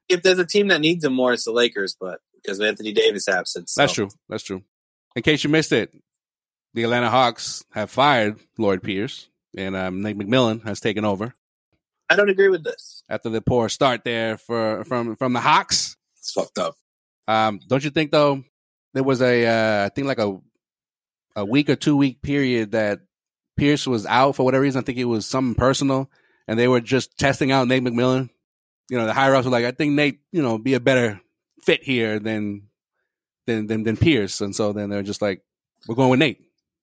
Speaker 2: If there's a team that needs him more, it's the Lakers. But because of Anthony Davis' absence, so.
Speaker 3: That's true. That's true. In case you missed it, the Atlanta Hawks have fired Lloyd Pierce, and um, Nick McMillan has taken over
Speaker 2: I don't agree with this.
Speaker 3: after the poor start there for from from the Hawks.
Speaker 4: talking- It's fucked up.
Speaker 3: Um, don't you think though? There was a uh, I think like a a week or two week period that Pierce was out for whatever reason. I think it was something personal, and they were just testing out Nate McMillan. You know, the higher ups were like, I think Nate, you know, be a better fit here than than than, than Pierce, and so then they're just like, we're going with Nate.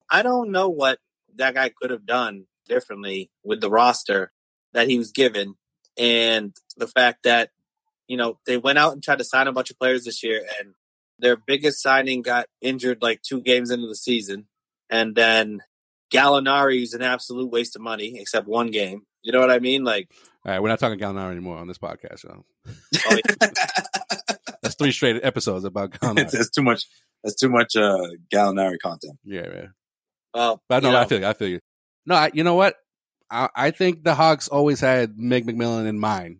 Speaker 2: I don't know what that guy could have done differently with the roster that he was given and the fact that, you know, they went out and tried to sign a bunch of players this year and their biggest signing got injured like two games into the season. And then Gallinari is an absolute waste of money, except one game. You know what I mean? Like,
Speaker 3: All right, we're not talking Gallinari anymore on this podcast. So
Speaker 2: oh, yeah,
Speaker 3: that's three straight episodes about
Speaker 4: That's
Speaker 3: Gallinari.
Speaker 4: *laughs* that's too much. That's too much uh, Gallinari content.
Speaker 3: yeah, yeah.
Speaker 2: well,
Speaker 3: But no,
Speaker 2: you know,
Speaker 3: I feel you. I feel you. No, I, you know what? I, I think the Hawks always had Meg McMillan in mind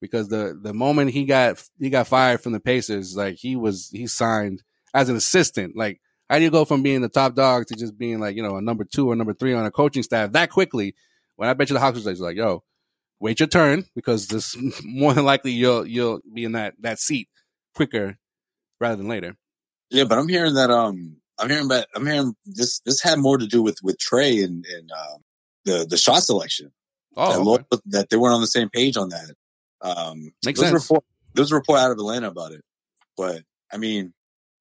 Speaker 3: because the the moment he got he got fired from the Pacers, like he was he signed as an assistant. Like how do you go from being the top dog to just being like you know a number two or number three on a coaching staff that quickly? When I bet you the Hawks was like, like, yo, wait your turn because this *laughs* more than likely you'll you'll be in that that seat quicker rather than later.
Speaker 4: Yeah, but I'm hearing that. Um, I'm hearing that. I'm hearing this. This had more to do with with Trey and and um, the the shot selection. that,
Speaker 3: Oh,
Speaker 4: Lloyd-
Speaker 3: okay.
Speaker 4: that they weren't on the same page on that. Um,
Speaker 3: Makes
Speaker 4: there was a
Speaker 3: sense.
Speaker 4: Report, there was a report out of Atlanta about it, but I mean,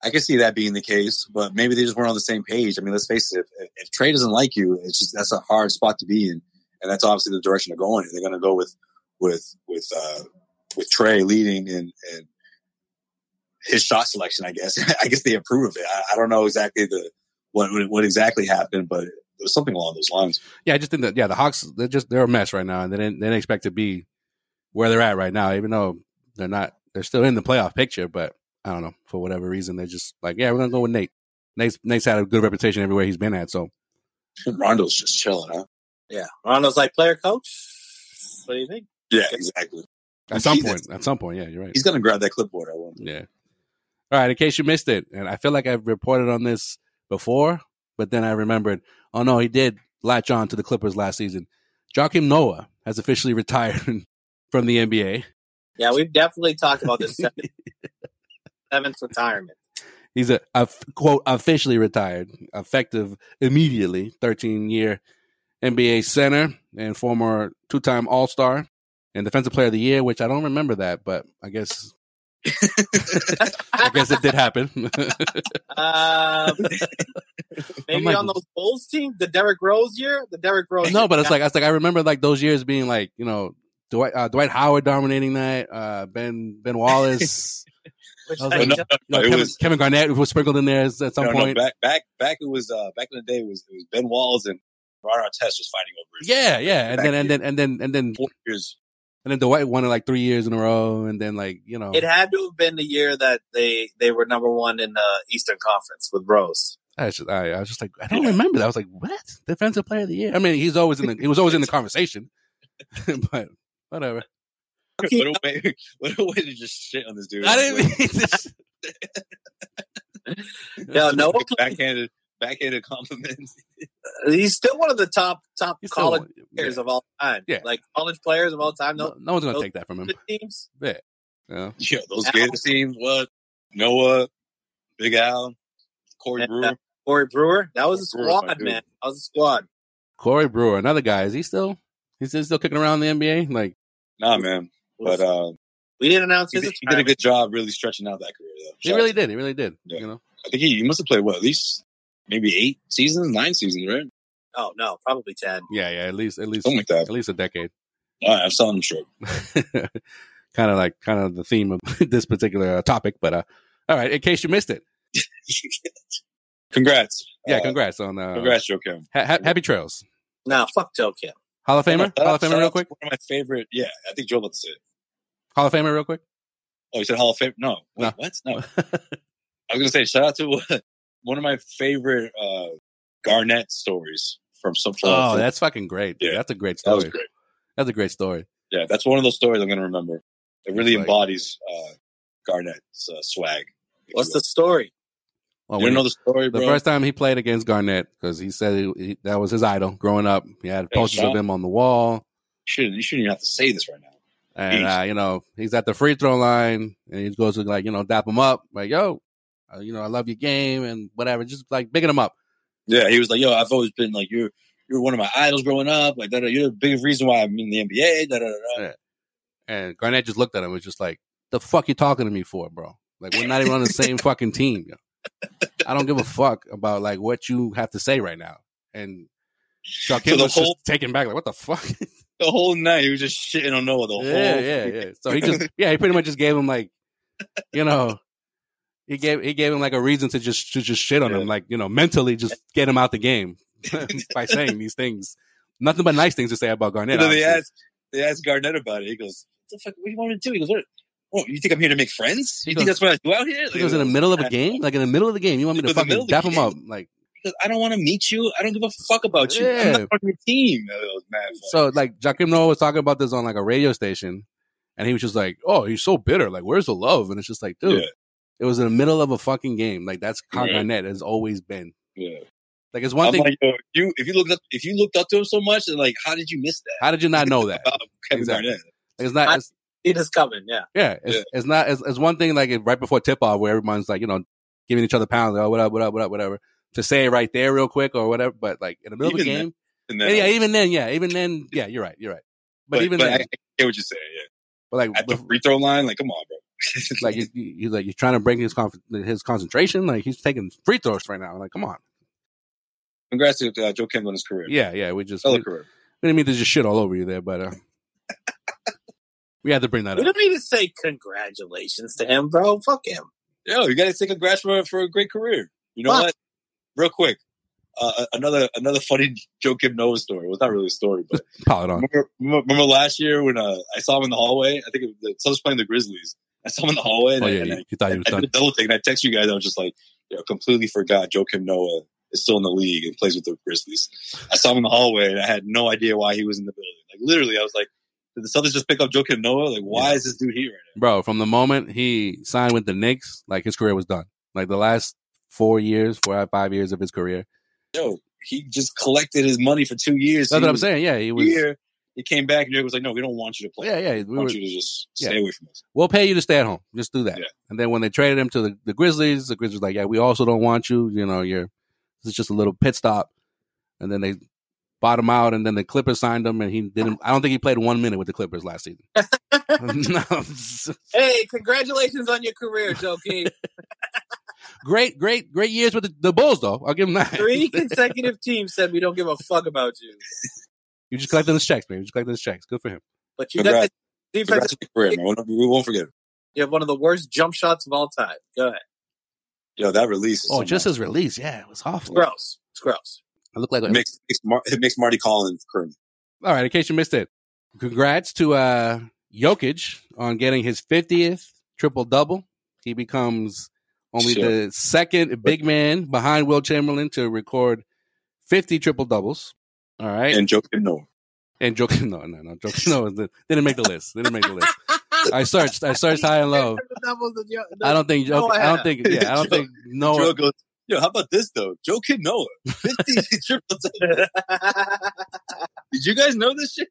Speaker 4: I can see that being the case. But maybe they just weren't on the same page. I mean, let's face it: if, if Trey doesn't like you, it's just that's a hard spot to be in, and that's obviously the direction they're going. They're going to go with with with uh, with Trey leading and and his shot selection. I guess *laughs* I guess they approve of it. I, I don't know exactly the what what exactly happened, but it was something along those lines.
Speaker 3: Yeah, I just think that yeah, the Hawks they're just they're a mess right now, and they didn't they didn't expect to be where they're at right now. Even though they're not, they're still in the playoff picture. But I don't know for whatever reason they're just like yeah, we're gonna go with Nate. Nate's Nate's had a good reputation everywhere he's been at, so
Speaker 4: Rondo's just chilling, huh?
Speaker 2: yeah. Rondo's like player coach. What do you think?
Speaker 4: Yeah, exactly.
Speaker 3: at some
Speaker 4: Jesus.
Speaker 3: point, at some point, yeah, you're right.
Speaker 4: He's gonna grab that clipboard. I won't.
Speaker 3: Yeah. All right. In case you missed it, and I feel like I've reported on this before, but then I remembered. Oh no, he did latch on to the Clippers last season. Joakim Noah has officially *laughs* retired from the NBA.
Speaker 2: Yeah, we've definitely talked about this seventh, seventh retirement. *laughs*
Speaker 3: He's a, a f- quote officially retired, effective immediately. Thirteen year NBA center and former two time All Star and Defensive Player of the Year, which I don't remember that, but I guess I guess it did happen. *laughs*
Speaker 2: Um, *laughs*
Speaker 3: I'm
Speaker 2: maybe
Speaker 3: like-
Speaker 2: on those Bulls team, the Derrick Rose year, the Derrick Rose.
Speaker 3: no,
Speaker 2: year.
Speaker 3: but it's like it's like I remember like those years being like you know Dwight uh, Dwight Howard dominating that uh, Ben Ben
Speaker 4: *laughs*
Speaker 3: Wallace.
Speaker 2: Which
Speaker 3: I was
Speaker 2: I
Speaker 3: like,
Speaker 2: don't-
Speaker 3: You know,
Speaker 4: It
Speaker 3: Kevin,
Speaker 4: was-
Speaker 3: Kevin Garnett was sprinkled in there at some
Speaker 4: No, no,
Speaker 3: point.
Speaker 4: back, back, back. It was uh, back in the day. It was it was Ben Walls and Ron Artest was fighting over it.
Speaker 3: yeah, yeah, and
Speaker 4: Back
Speaker 3: then and
Speaker 4: then.
Speaker 3: then and then and then
Speaker 4: Four
Speaker 2: *laughs*
Speaker 4: years.
Speaker 3: and then Dwight won it like three years in a row, and then like you know
Speaker 2: it had to have been the year that they they were number one in the Eastern Conference with Rose.
Speaker 3: I was just, I, I was just like, I don't remember that. I was like, what? Defensive player of the year. I mean, he's always in the, he was always in the conversation, *laughs* but whatever.
Speaker 4: What a way! *laughs* What a way to just shit on this dude.
Speaker 3: I didn't *laughs* mean to-
Speaker 2: *laughs* No, no,
Speaker 4: backhanded,
Speaker 2: *laughs*
Speaker 4: backhanded compliments.
Speaker 2: he's still one of the top top
Speaker 3: he's still-
Speaker 2: college
Speaker 3: yeah.
Speaker 2: players of all time.
Speaker 3: Yeah.
Speaker 2: like college players of all time.
Speaker 3: No,
Speaker 2: No
Speaker 3: no one's going to
Speaker 2: no-
Speaker 3: take that from him.
Speaker 2: teams.
Speaker 3: Yeah.
Speaker 4: Yeah, those Gator teams. What Noah, Big Al, Corey
Speaker 2: And,
Speaker 4: Brewer.
Speaker 2: uh, Corey Brewer. That was a
Speaker 4: Corey Brewer's my
Speaker 2: squad,
Speaker 4: dude.
Speaker 2: man. That was a squad.
Speaker 3: Corey Brewer, another guy. Is he still? He's still kicking around in the NBA. Like
Speaker 4: Nah, man. But uh,
Speaker 2: we didn't announce
Speaker 4: he,
Speaker 2: his
Speaker 4: did, he did a
Speaker 2: retirement.
Speaker 4: good job really stretching out that career. Though.
Speaker 3: he really did. He really did.
Speaker 4: Yeah.
Speaker 3: You know.
Speaker 4: I think he, he must have played what at least maybe eight seasons, nine seasons, right?
Speaker 2: Oh no, probably ten.
Speaker 3: Yeah, yeah. At least, at least,
Speaker 4: Something like that.
Speaker 3: at least a decade. *laughs*
Speaker 4: All right, I'm selling him short. *laughs*
Speaker 3: kind of like kind of the theme of *laughs* this particular uh, topic. But uh, all right, in case you missed it,
Speaker 4: congrats.
Speaker 3: yeah,
Speaker 4: Uh,
Speaker 3: congrats on uh,
Speaker 4: congrats, Joe Kim.
Speaker 3: ha- ha- happy trails.
Speaker 2: No, fuck Tokyo.
Speaker 3: Hall of Famer,
Speaker 4: Shout
Speaker 3: Hall of
Speaker 4: out- shout
Speaker 3: Famer, real
Speaker 4: out to
Speaker 3: quick.
Speaker 4: One of my favorite. Yeah, I think Joe about to say. it.
Speaker 3: Hall of Famer, real quick.
Speaker 4: Oh, you said Hall of Fame? No. Wait,
Speaker 3: No.
Speaker 4: what? No. I was gonna say shout out to *laughs* one of my favorite uh, Garnett stories from some. from-
Speaker 3: Oh,
Speaker 4: from-
Speaker 3: that's fucking great. dude.
Speaker 4: Yeah.
Speaker 3: That's a great
Speaker 4: that was
Speaker 3: story.
Speaker 4: great.
Speaker 3: That's a great story.
Speaker 4: Yeah, that's one of those stories I'm gonna remember. It really
Speaker 3: It's like-
Speaker 4: embodies uh, Garnett's uh, swag. if
Speaker 2: What's
Speaker 4: you
Speaker 2: the story?
Speaker 3: Oh,
Speaker 4: will.
Speaker 3: when
Speaker 4: You
Speaker 3: he-
Speaker 4: know the story,
Speaker 3: the
Speaker 4: bro?
Speaker 3: first time he played against Garnett because he said he, he- that was his idol growing up. He had
Speaker 4: Yeah,
Speaker 3: posters of
Speaker 4: Sean.
Speaker 3: him on the wall,
Speaker 4: you shouldn't. You shouldn't even have to say this right now.
Speaker 3: and
Speaker 4: Beast.
Speaker 3: uh, you know he's at the free throw line, and he goes to like you know dap him up, like yo, uh, you know I love your game and whatever, just like bigging him up.
Speaker 4: Yeah, he was like, "Yo, I've always been like you're you're one of my idols growing up. Like, da-da, you're the biggest reason why I'm in the NBA." Da, da, da, da.
Speaker 3: And Garnett just looked at him and was just like, the fuck you talking to me for, bro? Like, we're not even on the
Speaker 4: *laughs*
Speaker 3: same fucking team. yo. I don't give a fuck about like what you have to say right now. And Shaquem
Speaker 4: the
Speaker 3: was
Speaker 4: whole-
Speaker 3: just taken back, like, what the fuck?
Speaker 4: The whole night he was just shitting on Noah. The whole
Speaker 3: *laughs* yeah, yeah, yeah. So he
Speaker 4: *laughs*
Speaker 3: just, yeah, he pretty much just gave him like, you know, he gave he gave him like a reason to just to just shit on
Speaker 4: Yeah.
Speaker 3: him, like you know, mentally
Speaker 4: *laughs*
Speaker 3: just get him out the game *laughs* by saying these things. Nothing but nice things to say about Garnett.
Speaker 4: And then they
Speaker 3: obviously.
Speaker 4: asked they asked Garnett about it. He goes, "What the fuck? What do you want me to do?" He goes, "What? Oh, you think I'm here to make friends?
Speaker 3: He
Speaker 4: You think
Speaker 3: goes-
Speaker 4: that's what I do out here?"
Speaker 3: He was in the middle of
Speaker 4: *laughs*
Speaker 3: a game, like in the middle of the game. You want me
Speaker 4: It
Speaker 3: to
Speaker 4: was the middle
Speaker 3: fucking
Speaker 4: of the
Speaker 3: dap him
Speaker 4: game.
Speaker 3: up, like.
Speaker 4: He goes, "I don't want to meet you. I don't give a fuck about you. I'm
Speaker 3: Yeah.
Speaker 4: not on your team." I was mad. for him.
Speaker 3: so like Joaquim Noah was talking about this on like a radio station, and he was just like, "Oh, he's so bitter. Like, where's the love?" And it's just like, dude,
Speaker 4: Yeah.
Speaker 3: it was in the middle of a fucking game. Like that's how
Speaker 4: Right.
Speaker 3: Garnett has always been.
Speaker 4: yeah.
Speaker 3: Like it's one
Speaker 4: I'm
Speaker 3: thing.
Speaker 4: like, yo, you if you looked up if you looked up to him so much, then like, how did you miss that?
Speaker 3: how did you not know
Speaker 4: *laughs*
Speaker 3: that? Like,
Speaker 4: About Kevin
Speaker 3: Exactly.
Speaker 4: Garnett.
Speaker 3: it's not.
Speaker 2: I-
Speaker 3: It's,
Speaker 2: It is coming. Yeah.
Speaker 3: yeah, it's, it's not. It's, it's one thing. Like it- right before tip off, where everyone's like, you know, giving each other pounds. Like, oh, what up? What up? What up? Whatever. To say it right there, real quick, or whatever. But like in the middle of a
Speaker 4: Even
Speaker 3: game,
Speaker 4: And
Speaker 3: yeah,
Speaker 4: then,
Speaker 3: even then, yeah, even then, yeah, you're right. You're right. But, even
Speaker 4: but
Speaker 3: then,
Speaker 4: I, I get what you're saying. Yeah.
Speaker 3: but like
Speaker 4: at the
Speaker 3: bef-
Speaker 4: free throw line. Like, come on, bro.
Speaker 3: *laughs*
Speaker 4: *laughs*
Speaker 3: like you, you, you- like you're trying to break his conf- his concentration. Like he's taking free throws right now. Like come on,
Speaker 4: congrats to uh, Joe Kim on his career.
Speaker 3: yeah, yeah. We just
Speaker 4: Hell
Speaker 3: we,
Speaker 4: of a
Speaker 3: we
Speaker 4: career.
Speaker 3: didn't mean to just shit all over you there, but uh, we had to bring that
Speaker 2: We
Speaker 3: up.
Speaker 2: don't need to say congratulations to him, bro. Fuck him.
Speaker 4: Yo, you gotta say congrats for for a great career. You know
Speaker 2: Fuck.
Speaker 4: what? Real quick, uh, another another funny *laughs* Joe Kim Noah story. Well, it's not really a story, but
Speaker 3: Pile it on.
Speaker 4: remember, remember last year when uh, I saw him in the hallway? I think it was the Suns playing the Grizzlies. I saw him in the hallway, and,
Speaker 3: Oh
Speaker 4: I,
Speaker 3: yeah,
Speaker 4: and I-
Speaker 3: you, you thought he
Speaker 4: *laughs*
Speaker 3: was
Speaker 4: I did
Speaker 3: done.
Speaker 4: a double take, and I text you guys. I was just like, you know, completely forgot Joakim Noah is still in the league and plays with the Grizzlies. I saw him in the hallway, and I had no idea why he was in the building. Like literally, I was like, did the Celtics just pick up Joakim Noah? Like, why is this dude here right
Speaker 3: Bro, from the moment he signed with the Knicks, like his career was done. Like the last four years, four or five years of his career.
Speaker 4: now? Yo, he just collected his money for two years.
Speaker 3: That's
Speaker 4: He
Speaker 3: what I'm
Speaker 4: was
Speaker 3: saying. Yeah, he was.
Speaker 4: Here, he came back, and Dirk was like, no, we don't want you to play.
Speaker 3: Yeah, yeah. We
Speaker 4: we
Speaker 3: were,
Speaker 4: want you to just stay
Speaker 3: yeah.
Speaker 4: away from us.
Speaker 3: we'll pay you to stay at home. Just do that.
Speaker 4: Yeah.
Speaker 3: And then when they traded him to the, the Grizzlies, the Grizzlies were like, yeah, we also don't want you. You know, you're this is just a little pit stop. And then they bought him out, and then the Clippers signed him, and he didn't. I don't think he played one minute with the Clippers last
Speaker 4: *laughs*
Speaker 3: season. *laughs* No.
Speaker 2: Hey, congratulations on your career,
Speaker 3: *laughs*
Speaker 2: Joe King.
Speaker 3: great, great, great years with the, the Bulls, though. I'll give him that.
Speaker 2: Three consecutive teams said we don't give a fuck about you,
Speaker 3: *laughs* You just collecting his checks, man. You just collecting his checks. Good for him.
Speaker 2: but you got
Speaker 4: Congrats.
Speaker 2: the defense.
Speaker 4: Congrats on your career, man. We won't- We won't forget him.
Speaker 2: You have one of the worst jump shots of all time. Go ahead.
Speaker 4: Yo, that release. Is
Speaker 3: Oh,
Speaker 4: so
Speaker 3: just
Speaker 4: nice.
Speaker 3: his release, yeah, it was
Speaker 2: It's
Speaker 3: awful.
Speaker 2: gross. It's gross. *laughs*
Speaker 3: I look like a
Speaker 4: it makes, makes Mar- it makes Marty Collins current.
Speaker 3: All right, in case you missed it, congrats to uh Jokic on getting his 50th triple double. He becomes only
Speaker 4: Sure.
Speaker 3: the second big man behind Will Chamberlain to record 50 triple doubles. All right. And,
Speaker 4: and Joakim Noah.
Speaker 3: joking, *laughs* no, no, no, joking, no, they didn't make the list. They didn't make the list. I searched, I searched high and low. *laughs* I don't think,
Speaker 2: No,
Speaker 3: Jokic- I don't
Speaker 2: I-
Speaker 3: think, yeah, I don't think,
Speaker 4: Joe
Speaker 3: no,
Speaker 4: goes, yo, how about this though? Joe Kid Noah, *laughs* 50 triple doubles. Did you guys know this shit?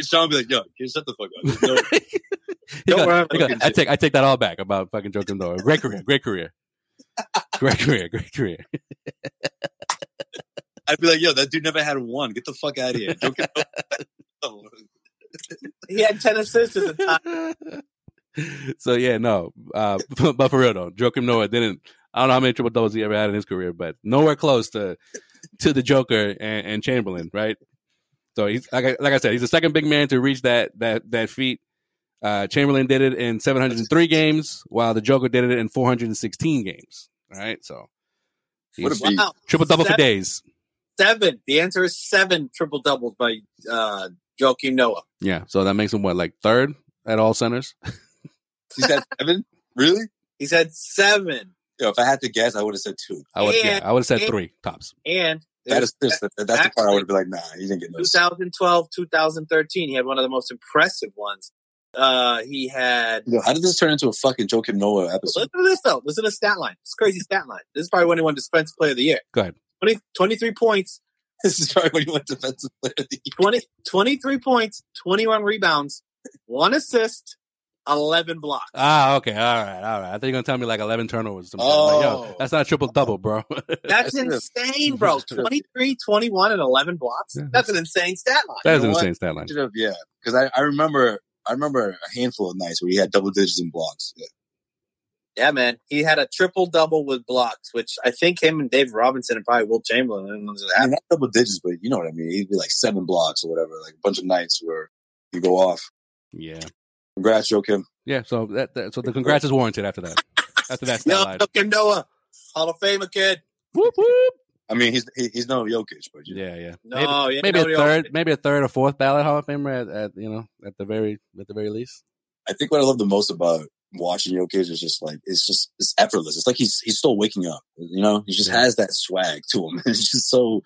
Speaker 4: *laughs* Sean be like, yo, kid, shut the fuck up. There's no- *laughs*
Speaker 3: He
Speaker 2: Don't
Speaker 3: got- *laughs*
Speaker 2: worry,
Speaker 3: he got-
Speaker 2: fucking
Speaker 3: I
Speaker 2: shit.
Speaker 3: take I take that all back about fucking Joakim Noah. Great career, great career. Great career, great career.
Speaker 4: I'd be like, yo, that dude never had one. Get the fuck out of here. Don't *laughs* get Oh,
Speaker 2: He had ten assists
Speaker 3: *laughs*
Speaker 2: as a top.
Speaker 3: so yeah, no. Uh, *laughs* but for real though, Joakim Noah didn't. I don't know how many triple doubles he ever had in his career, but nowhere close to to the Joker and, and Chamberlain, right? So he's like I, like I said, he's the second big man to reach that that that feat. Uh, Chamberlain did it in 703 games, while the Joker did it in 416 games. All right, so
Speaker 4: What a
Speaker 3: he's
Speaker 4: beat.
Speaker 2: Wow,
Speaker 3: triple double for
Speaker 2: Seven.
Speaker 3: days.
Speaker 2: Seven. The answer is seven triple doubles by uh, Joakim Noah.
Speaker 3: Yeah, so that makes him what like third at all centers.
Speaker 4: He's got seven? Really?
Speaker 2: He's had seven,
Speaker 4: Yo, if I had to guess, I would have said two.
Speaker 3: I would yeah,
Speaker 2: And-
Speaker 3: I would have said
Speaker 2: and-
Speaker 3: three tops.
Speaker 2: and
Speaker 4: That is that's the part I
Speaker 2: Actually-
Speaker 4: would have been like, nah, he didn't get no.
Speaker 2: 2012, 2013. He had one of the most impressive ones. Uh, he had.
Speaker 4: Yo, how did this turn into a fucking Joakim Noah episode?
Speaker 2: Listen to this though. Listen to the stat line. This crazy stat line. This is probably when he won Defensive Player of the Year.
Speaker 3: Go ahead.
Speaker 2: 20, 23 points,
Speaker 4: *laughs* This is probably when he went defensive player of the year.
Speaker 2: 20, 23 points, 21 rebounds, one assist, 11 blocks.
Speaker 3: Ah, okay, all right, all right. I think you're gonna tell me like 11 turnovers. or something.
Speaker 4: Oh.
Speaker 3: Like, yo, that's not a triple double, bro. *laughs*
Speaker 2: That's insane, bro. 23, 21, and 11 blocks.
Speaker 3: Yeah.
Speaker 2: That's an insane stat line.
Speaker 3: That is
Speaker 4: You
Speaker 3: an
Speaker 4: know what?
Speaker 3: insane stat line.
Speaker 4: Should have- Yeah, because I, I remember I remember a handful of nights where he had double digits in blocks. Yeah.
Speaker 2: Yeah, man. He had a triple double with blocks, which I think him and Dave Robinson and probably Will Chamberlain. I don't know if
Speaker 4: I
Speaker 2: that-
Speaker 4: mean, not double digits, but you know what I mean. He'd be like seven blocks or whatever, like a bunch of nights where you go off.
Speaker 3: Yeah,
Speaker 4: Congrats, Joakim.
Speaker 3: yeah. So that, that so the congrats is warranted after that. After
Speaker 4: *laughs*
Speaker 3: that stat
Speaker 2: No,
Speaker 3: line.
Speaker 2: look at Noah. Hall of Famer kid.
Speaker 3: Whoop, whoop.
Speaker 4: I mean, he's he, he's no Jokic, but yeah.
Speaker 3: Yeah, yeah.
Speaker 2: No,
Speaker 3: maybe,
Speaker 2: yeah, nobody
Speaker 3: maybe a
Speaker 2: else
Speaker 3: third,
Speaker 2: did.
Speaker 3: maybe a third or fourth ballot Hall of Famer at, at you know at the very at the very least.
Speaker 4: I think what I love the most about watching Jokic is just like it's just it's effortless. It's like he's he's still waking up. You know, he just
Speaker 3: Yeah.
Speaker 4: has that swag to him. *laughs* It's just so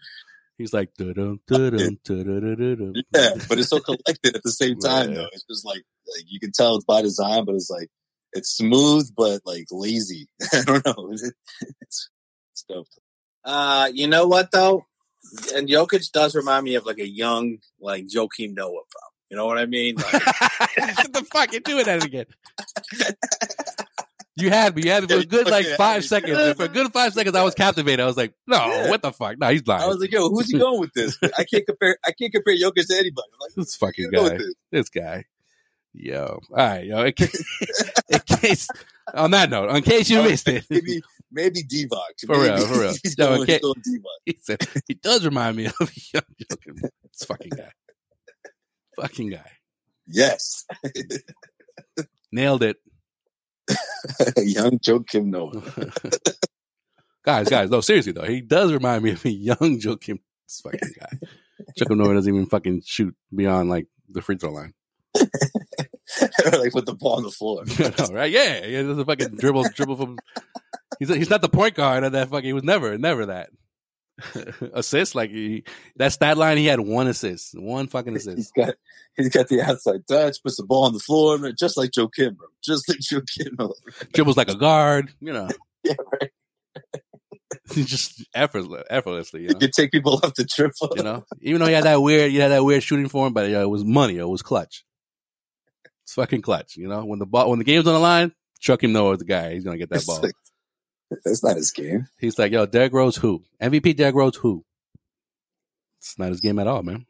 Speaker 3: He's like, doo-dum,
Speaker 4: *laughs*
Speaker 3: doo-dum, doo-doo-doo-doo-doo.
Speaker 4: yeah, but *laughs* it's so collected at the same time.
Speaker 3: Yeah.
Speaker 4: Though it's just like like you can tell it's by design, but it's like it's smooth but like lazy. *laughs* I don't know. It's, it's, it's dope.
Speaker 2: Uh, you know what though? And Jokic does remind me of like a young, like Joakim Noah, bro. You know what I mean?
Speaker 4: *laughs*
Speaker 2: Like,
Speaker 3: What *laughs* the fuck? You're doing that again. You had me. You had me for a good like
Speaker 4: Okay,
Speaker 3: five
Speaker 4: I-
Speaker 3: seconds. And for a good five seconds, I was captivated. I was like, no, what the fuck? No, he's
Speaker 4: I
Speaker 3: lying.
Speaker 4: was like, yo, who's he going with this? I can't compare. I can't compare Jokic to anybody. I'm like,
Speaker 3: this
Speaker 4: *laughs*
Speaker 3: fucking
Speaker 4: who's he going
Speaker 3: guy.
Speaker 4: with this?
Speaker 3: This guy. Yo. All right, yo. In case, *laughs* in case on that note, in case you missed
Speaker 4: *laughs*
Speaker 3: it, *laughs*
Speaker 4: Maybe maybe Divock.
Speaker 3: For real,
Speaker 4: Maybe
Speaker 3: for real.
Speaker 4: *laughs* He's
Speaker 3: Yo,
Speaker 4: going,
Speaker 3: okay.
Speaker 4: he's going Divock.
Speaker 3: he said he does remind me of a young Joker. This fucking guy. Fucking guy.
Speaker 4: Yes, *laughs*
Speaker 3: Nailed it.
Speaker 4: young Joakim Noah. *laughs*
Speaker 3: *laughs* guys, guys, no, seriously though, he does remind me of a young Joakim. This fucking guy, Joakim Noah doesn't even fucking shoot beyond like the free throw line, *laughs*
Speaker 4: like with the ball on the floor.
Speaker 3: You
Speaker 4: *laughs*
Speaker 3: know, right? Yeah, yeah, doesn't fucking dribble, dribble from. *laughs* He's he's not the point guard of that fucking. He was never, never that. *laughs* assist like he, that stat line, he had one assist, one fucking
Speaker 4: He's
Speaker 3: assist.
Speaker 4: got he's got the outside touch, puts the ball on the floor, man, just like Joe Kim, bro. Just like Joe Kim.
Speaker 3: Dribbles like a guard, you know.
Speaker 4: *laughs*
Speaker 3: *laughs*
Speaker 4: Yeah, right.
Speaker 3: He just effortless, effortlessly, you
Speaker 4: You
Speaker 3: know.
Speaker 4: can take people off the triple.
Speaker 3: Uh-huh. You know, even though he had that weird, he had that weird shooting form, but yo, it was money. Yo, it was clutch. It's fucking clutch. You know, when the ball, when the game's on the line, Chuck him Noah's the guy. He's gonna get that
Speaker 4: It's
Speaker 3: ball.
Speaker 4: like, that's not his game.
Speaker 3: He's like, yo, Derrick Rose, who MVP? Derrick Rose, who? It's not his game at all,
Speaker 4: *laughs*
Speaker 3: man.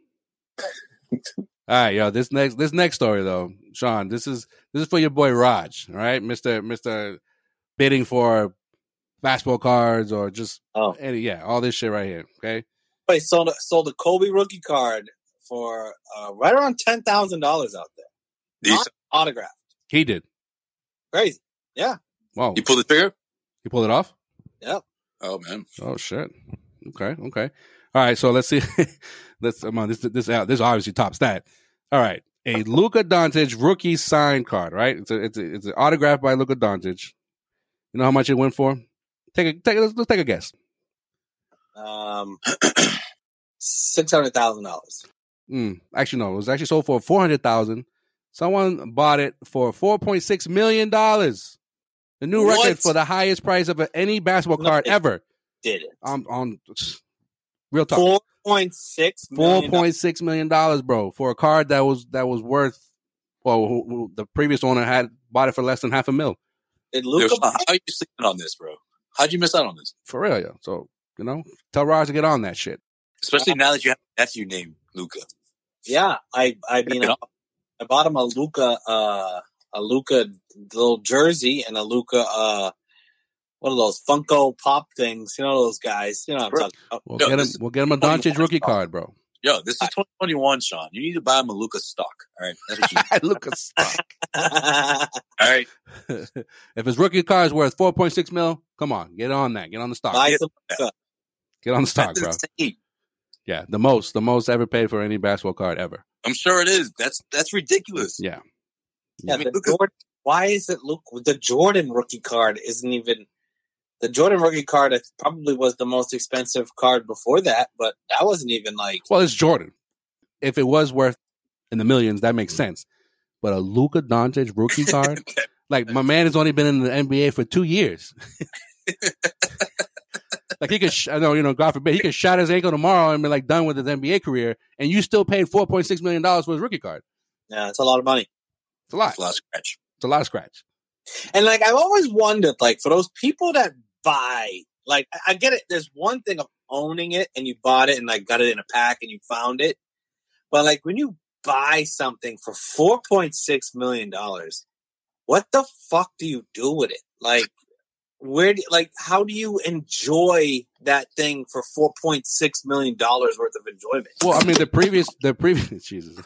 Speaker 3: all right, yo, this next, this next story though, Sean, this is this is for your boy Raj. All right, Mister Mister, bidding for basketball cards or just
Speaker 2: Oh.
Speaker 3: any, yeah, all this shit right here. Okay,
Speaker 2: but he sold a, sold a Kobe rookie card for uh, right around ten thousand dollars out there.
Speaker 4: Decent.
Speaker 2: Autograph,
Speaker 3: he did.
Speaker 2: crazy.
Speaker 3: Wow,
Speaker 4: You pull the trigger?
Speaker 3: he pulled it off.
Speaker 4: Oh man.
Speaker 3: Oh shit. Okay. Okay. All right. So let's see. *laughs* let's come on. This this out. This obviously tops that. All right. A Luka Doncic rookie signed card. Right. It's a, it's a, it's an autograph by Luka Doncic. You know how much it went for? Take a take. A, let's, let's take a guess.
Speaker 2: Um, six hundred thousand dollars.
Speaker 3: Mm, actually, no. It was actually sold for four hundred thousand. Someone bought it for four point six million dollars. The new
Speaker 2: What?
Speaker 3: record for the highest price of a- any basketball
Speaker 2: No,
Speaker 3: card
Speaker 2: it-
Speaker 3: ever.
Speaker 2: Did it
Speaker 3: On on real talk.
Speaker 2: four point six
Speaker 3: four
Speaker 2: million?
Speaker 3: point six million dollars, bro, for a card that was that was worth. Well, who, who, the previous owner had bought it for less than half a mil.
Speaker 2: Did Luca buy?
Speaker 4: how are you sleeping on this, bro? How'd you miss out on this?
Speaker 3: For real, yeah. So, you know, tell Raj to get on that shit.
Speaker 4: Especially now that you have that's your name, Luca.
Speaker 2: Yeah, I I mean, I, I bought him a Luca uh, a Luca little jersey and a Luca uh, one of those Funko Pop things. You know those guys. You know what I'm talking about.
Speaker 3: We'll
Speaker 4: Yo,
Speaker 3: get him.
Speaker 4: this-
Speaker 3: We'll get him a
Speaker 4: Tony
Speaker 3: Doncic
Speaker 4: Parker.
Speaker 3: rookie card, bro.
Speaker 4: Yo, this is 2021, Sean. You need to buy him a Luca stock. All right,
Speaker 2: *laughs*
Speaker 4: that's what you.
Speaker 3: Lucas.
Speaker 4: all right,
Speaker 3: *laughs* if his rookie card is worth four point six mil, come on, get on that. Get on the stock.
Speaker 2: Buy some
Speaker 3: Get on the stock,
Speaker 4: that's
Speaker 3: bro.
Speaker 4: insane.
Speaker 3: Yeah, the most, the most ever paid for any basketball card ever.
Speaker 4: I'm sure it is. That's that's ridiculous.
Speaker 3: Yeah,
Speaker 2: Yeah,
Speaker 4: I mean,
Speaker 2: the
Speaker 4: Luka-
Speaker 2: Jordan, why is it look the Jordan rookie card isn't even the Jordan rookie card it probably was the most expensive card before that, but that wasn't even like
Speaker 3: Well, it's Jordan. If it was worth in the millions, that
Speaker 4: Mm.
Speaker 3: makes sense. But a Luka Doncic
Speaker 4: *laughs*
Speaker 3: rookie card, like my man has only been in the NBA for two
Speaker 4: *laughs*
Speaker 3: years. like he could, sh- I know you know, God forbid, he could shot his ankle tomorrow and be like done with his NBA career, and you still paid four point six million dollars for his rookie card.
Speaker 2: yeah, it's a lot of money.
Speaker 3: It's a lot.
Speaker 4: That's a lot of scratch.
Speaker 3: It's a lot of scratch.
Speaker 2: And like I've always wondered, like for those people that buy, like I- I get it. There's one thing of owning it and you bought it and like got it in a pack and you found it, but like when you buy something for four point six million dollars, what the fuck do you do with it? Like where, do, like how do you enjoy that thing for four point six million dollars worth of enjoyment?
Speaker 3: Well, I mean, the previous, the previous, *laughs* Jesus,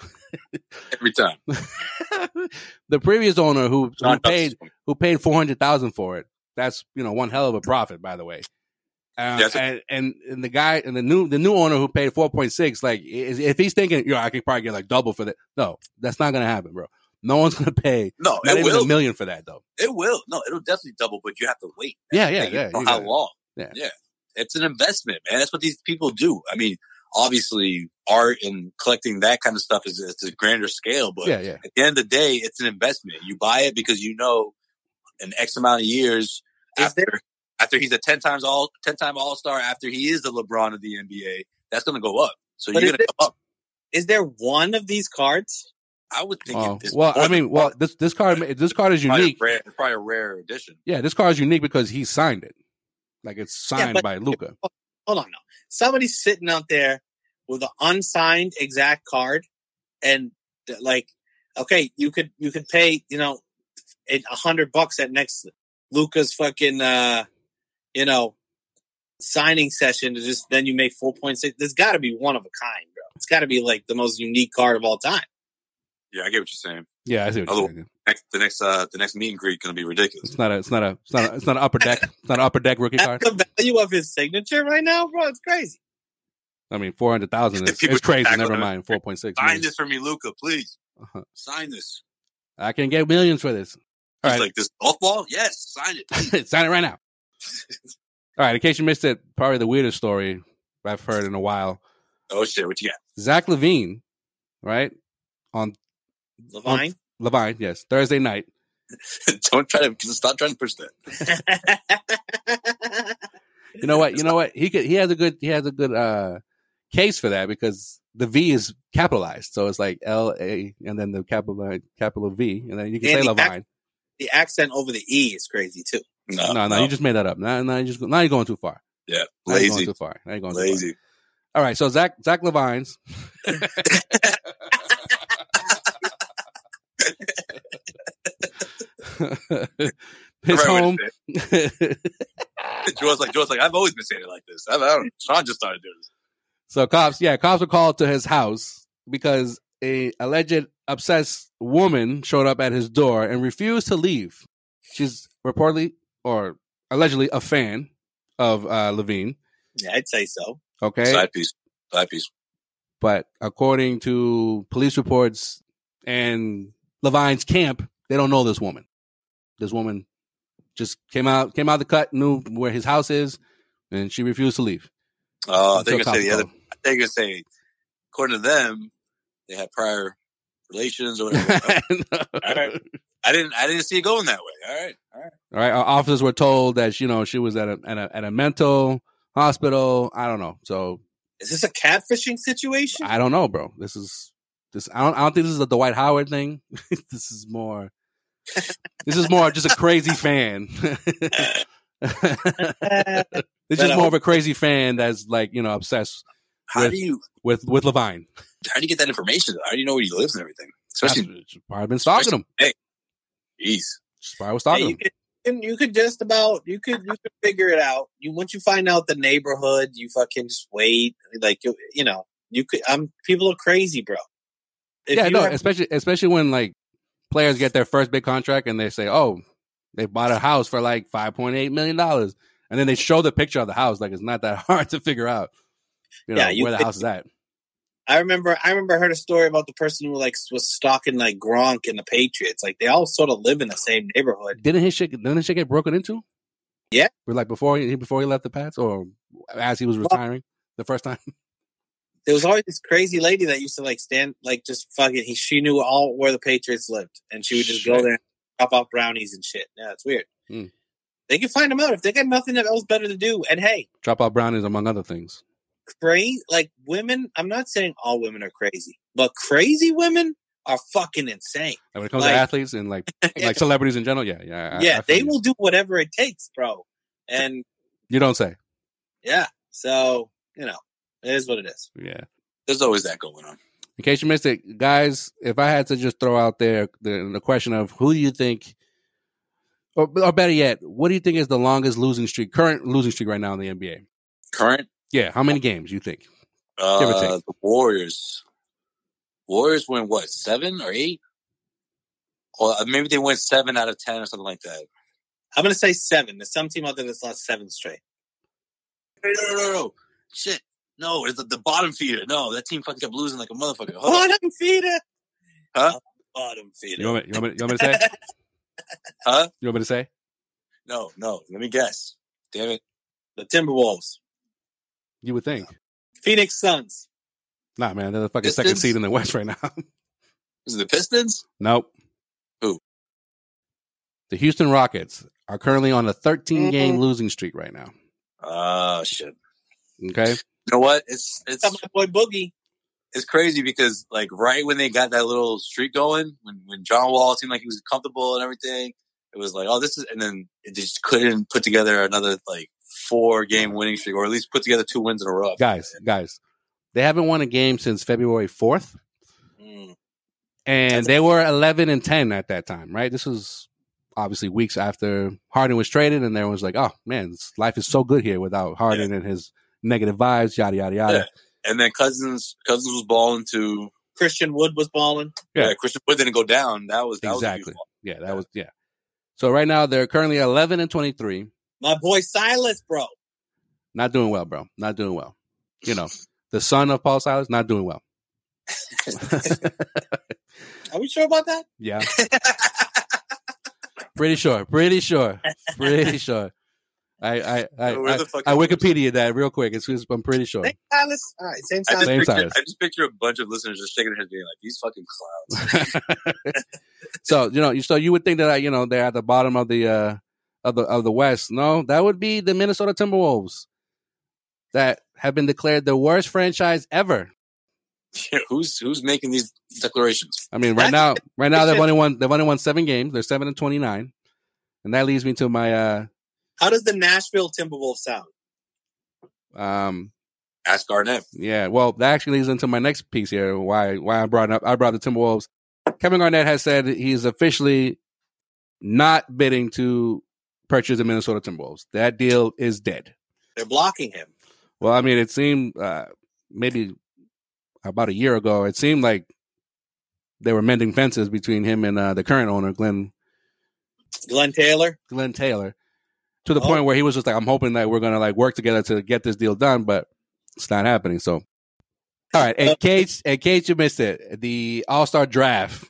Speaker 4: Every time.
Speaker 3: *laughs* the previous owner who, who
Speaker 4: Sean does
Speaker 3: paid
Speaker 4: this one.
Speaker 3: who paid four hundred thousand for it. That's you know one hell of a profit, by the way. Uh,
Speaker 4: Yes.
Speaker 3: and, and and the guy and the new the new owner who paid four point six, like i- if he's thinking, you know, I could probably get like double for that. No, that's not gonna happen, bro. No one's *laughs* gonna pay
Speaker 4: No,
Speaker 3: not
Speaker 4: it
Speaker 3: even
Speaker 4: will.
Speaker 3: a million for that, though.
Speaker 4: It will. No, it'll definitely double, but you have to wait.
Speaker 3: Yeah, yeah,
Speaker 4: Like, you
Speaker 3: yeah.
Speaker 4: don't
Speaker 3: you
Speaker 4: know how
Speaker 3: got it.
Speaker 4: long?
Speaker 3: Yeah.
Speaker 4: It's an investment, man. That's what these people do. I mean, obviously, art and collecting that kind of stuff is it's a grander scale, but
Speaker 3: Yeah, yeah.
Speaker 4: at the end of the day, it's an investment. You buy it because you know in X amount of years
Speaker 2: Is
Speaker 4: after after he's a ten times all ten time all star, after he is the LeBron of the NBA, that's gonna go up. So
Speaker 2: But
Speaker 4: you're
Speaker 2: is
Speaker 4: gonna come up.
Speaker 2: Is there one of these cards?
Speaker 4: I would think
Speaker 3: Oh,
Speaker 4: it is
Speaker 3: well, I
Speaker 4: probably-
Speaker 3: mean, well, this this card this card is
Speaker 4: probably a
Speaker 3: unique.
Speaker 4: rare- probably a rare edition.
Speaker 3: Yeah, this card is unique because he signed it. Like it's signed
Speaker 2: but-
Speaker 3: by Luca.
Speaker 2: hold on now. Somebody's sitting out there with an unsigned exact card, and th- like, okay, you could you could pay you know a hundred bucks at next Luca's fucking uh you know signing session to just then you make four point six. There's got to be one of a kind, bro. It's got to be like the most unique card of all time.
Speaker 4: Yeah, I get what you're saying.
Speaker 3: Yeah, I see what you're
Speaker 4: Although-
Speaker 3: saying.
Speaker 4: Next, the next, uh, the next meet and greet gonna be ridiculous.
Speaker 3: It's not a, it's not a, it's not a, it's not an upper deck, it's not an upper deck rookie
Speaker 2: At
Speaker 3: card.
Speaker 2: the value of his signature right now, bro, it's crazy.
Speaker 3: I mean, four hundred thousand is
Speaker 4: If people
Speaker 3: it's crazy.
Speaker 4: tackle
Speaker 3: Never
Speaker 4: him,
Speaker 3: mind, four point six.
Speaker 4: Sign this for me, Luca, please.
Speaker 3: Uh-huh.
Speaker 4: Sign this.
Speaker 3: I can get millions for this. *laughs* All
Speaker 4: He's
Speaker 3: right,
Speaker 4: like this golf ball. Yes, sign it.
Speaker 3: sign it right now. All right, in case you missed it, probably the weirdest story I've heard in a while.
Speaker 4: Oh shit, what you got?
Speaker 3: Zach Levine, right on
Speaker 2: Levine,
Speaker 3: Levine, yes, Thursday night.
Speaker 4: *laughs* Don't try to stop trying to push that.
Speaker 2: *laughs*
Speaker 3: You know what? You know what? He could. He has a good. He has a good uh case for that because the V is capitalized, so it's like L A and then the capital capital V, and then you can
Speaker 2: And
Speaker 3: say
Speaker 2: the
Speaker 3: Levine.
Speaker 2: the accent over the e is crazy too.
Speaker 4: No,
Speaker 3: no, no, you just made that up. Now, now you just now you're going too far.
Speaker 4: yeah,
Speaker 3: Now You're going
Speaker 4: lazy,
Speaker 3: too far. Now you're going Too far.
Speaker 4: lazy.
Speaker 3: All right, so Zach Zach
Speaker 4: *laughs*
Speaker 3: Levine's. *laughs* his
Speaker 4: Right way to
Speaker 3: home.
Speaker 4: say *laughs* it. Joe's like, Joe's like, I've always been saying it like this. I, I don't. Sean just started doing this.
Speaker 3: so cops, yeah, cops were called to his house because a alleged obsessed woman showed up at his door and refused to leave. She's reportedly or allegedly a fan of uh, Levine.
Speaker 2: Yeah, I'd say so.
Speaker 3: Okay,
Speaker 4: Side piece, side piece.
Speaker 3: but according to police reports and Levine's camp, they don't know this woman. This woman just came out came out of the cut, knew where his house is, and she refused to leave.
Speaker 4: Oh, they're
Speaker 3: Until
Speaker 4: gonna say the
Speaker 3: cops
Speaker 4: other.
Speaker 3: called.
Speaker 4: They're gonna say, according to them, they had prior relations
Speaker 3: *laughs*
Speaker 4: or whatever. all right. I didn't. I didn't see it going that way. All right. All right.
Speaker 3: All right, our officers were told that you know she was at a at a, at a mental hospital. I don't know, so
Speaker 2: Is this a catfishing situation?
Speaker 3: I don't know, bro. This is this. I don't. I don't think this is a Dwight Howard thing. *laughs* *laughs* this is more. This is more just a crazy fan.
Speaker 2: Uh,
Speaker 3: This is more of a crazy fan that's like you know obsessed
Speaker 4: How
Speaker 3: With-
Speaker 4: do you
Speaker 3: with with Levine.
Speaker 4: how do you get that information? How do you know where he lives and everything? Especially,
Speaker 3: I've been stalking him.
Speaker 4: jeez.
Speaker 3: That's why I was
Speaker 2: Yeah,
Speaker 3: stalking
Speaker 2: you
Speaker 3: him.
Speaker 2: could, and you could just about you could you could figure it out. You once you find out the neighborhood, you fucking just wait. Like you, you know, you could. I'm people are crazy, bro. If
Speaker 3: yeah,
Speaker 2: you
Speaker 3: no,
Speaker 2: have-
Speaker 3: especially especially when like players get their first big contract and they say, "Oh, they bought a house for like five point eight million dollars," and then they show the picture of the house. Like it's not that *laughs* hard to figure out, you know,
Speaker 2: Yeah, you
Speaker 3: where the
Speaker 2: could-
Speaker 3: house is at.
Speaker 2: I remember I remember I heard a story about the person who like was stalking like Gronk and the Patriots. Like they all sort of live in the same neighborhood.
Speaker 3: Didn't his shit? Didn't his shit get broken into?
Speaker 2: Yeah.
Speaker 3: But, like before he before he left the Pats or as he was retiring the first time. *laughs*
Speaker 2: There was always this crazy lady that used to like stand like just fucking. He, she knew all where the Patriots lived, and she would just go
Speaker 3: Shit.
Speaker 2: there, and drop off brownies and shit. Yeah, it's weird.
Speaker 3: Hmm.
Speaker 2: They can find them out if they got nothing else better to do. And hey,
Speaker 3: Drop out brownies among other things.
Speaker 2: crazy like women i'm not saying all women are crazy but crazy women are fucking insane
Speaker 3: And when it comes
Speaker 2: Like-
Speaker 3: to athletes and like like celebrities in general, yeah, yeah, I-
Speaker 2: yeah
Speaker 3: I feel
Speaker 2: they
Speaker 3: you.
Speaker 2: will do whatever it takes bro and
Speaker 3: You don't say.
Speaker 2: yeah so you know it is what it is
Speaker 3: Yeah.
Speaker 4: There's always that going on.
Speaker 3: In case you missed it, guys, if I had to just throw out there the, the question of who do you think, or, or better yet, what do you think is the longest losing streak, current losing streak right now in the NBA?
Speaker 4: Current,
Speaker 3: Yeah, how many games you think? Give or
Speaker 4: uh,
Speaker 3: take.
Speaker 4: the Warriors. Warriors win what seven or eight? Or uh, maybe they win seven out of ten or something like that.
Speaker 2: i'm gonna say seven there's some team out there that's lost seven straight
Speaker 4: No, no, no, no. Shit. No, it's the, the bottom feeder. No, that team fucking kept losing like a motherfucker. Hold on.
Speaker 2: bottom feeder Uh,
Speaker 4: Huh?
Speaker 2: bottom feeder
Speaker 3: You want me, you want me, you want me to say?
Speaker 4: *laughs* Huh?
Speaker 3: You want me to say?
Speaker 4: No, no. Let me guess. Damn it.
Speaker 2: the timberwolves
Speaker 3: You would think.
Speaker 2: phoenix suns
Speaker 3: Nah, man, they're the fucking
Speaker 4: Pistons?
Speaker 3: second seed in the West right now. *laughs*
Speaker 4: Is it the Pistons?
Speaker 3: nope.
Speaker 4: Who?
Speaker 3: The Houston Rockets are currently on a
Speaker 4: Mm-hmm.
Speaker 3: 13 game losing streak right now.
Speaker 4: Oh shit.
Speaker 3: Okay.
Speaker 4: You know what? It's it's
Speaker 2: Got my boy boogie
Speaker 4: it's crazy because like right when they got that little streak going, when when John Wall seemed like he was comfortable and everything, it was like, oh, this is, and then they just couldn't put together another like four game winning streak, or at least put together two wins in a row.
Speaker 3: Guys, guys, they haven't won a game since February 4th.
Speaker 2: Mm.
Speaker 3: and they were 11 and 10 at that time, right? This was obviously weeks after Harden was traded, and everyone was like, oh man, it's- life is so good here without Harden and his negative vibes, yada, yada, yada.
Speaker 4: and then Cousins Cousins was balling to
Speaker 2: christian wood was balling
Speaker 3: Yeah.
Speaker 4: yeah. Christian Wood didn't go down. That was that
Speaker 3: Exactly.
Speaker 4: Was a huge ball.
Speaker 3: Yeah, that was, yeah. So right now they're currently 11 and 23.
Speaker 2: my boy silas bro
Speaker 3: Not doing well, bro. Not doing well. You know, the son of Paul Silas, not doing
Speaker 4: *laughs*
Speaker 3: well. *laughs*
Speaker 2: are we sure about that
Speaker 3: yeah. *laughs* Pretty sure. Pretty sure. Pretty sure. I I I,
Speaker 4: Where
Speaker 3: I,
Speaker 4: the fuck
Speaker 3: I
Speaker 4: is-
Speaker 3: Wikipedia that real quick. It's, it's I'm pretty sure.
Speaker 2: Same silas all right same
Speaker 4: I
Speaker 2: silas
Speaker 3: Oh.
Speaker 4: just,
Speaker 3: Same
Speaker 4: picture,
Speaker 3: size.
Speaker 4: I just picture a bunch of listeners just shaking their heads, being like, "These fucking clowns."
Speaker 3: *laughs* so you know, you- so you would think that uh, you know they're at the bottom of the uh, of the of the West. No, that would be the Minnesota Timberwolves that have been declared the worst franchise ever.
Speaker 4: *laughs* who's who's making these declarations?
Speaker 3: I mean, right now, right now they've only won they've only won seven games. They're seven and twenty nine, and that leads me to my uh,
Speaker 2: How does the Nashville Timberwolves sound?
Speaker 3: um
Speaker 4: Ask Garnett.
Speaker 3: yeah. Well, that actually leads into my next piece here. Why why I brought up I brought the Timberwolves. Kevin Garnett has said he's officially not bidding to purchase the Minnesota Timberwolves. That deal is dead.
Speaker 2: They're blocking him.
Speaker 3: Well, I mean, it seemed uh, maybe about a year ago. It seemed like they were mending fences between him and uh, the current owner, Glenn
Speaker 2: Glenn Taylor.
Speaker 3: Glenn Taylor, to the
Speaker 2: Oh.
Speaker 3: point where he was just like, "I'm hoping that we're gonna like work together to get this deal done," but it's not happening. So, all right. In case in case you missed it, the All Star Draft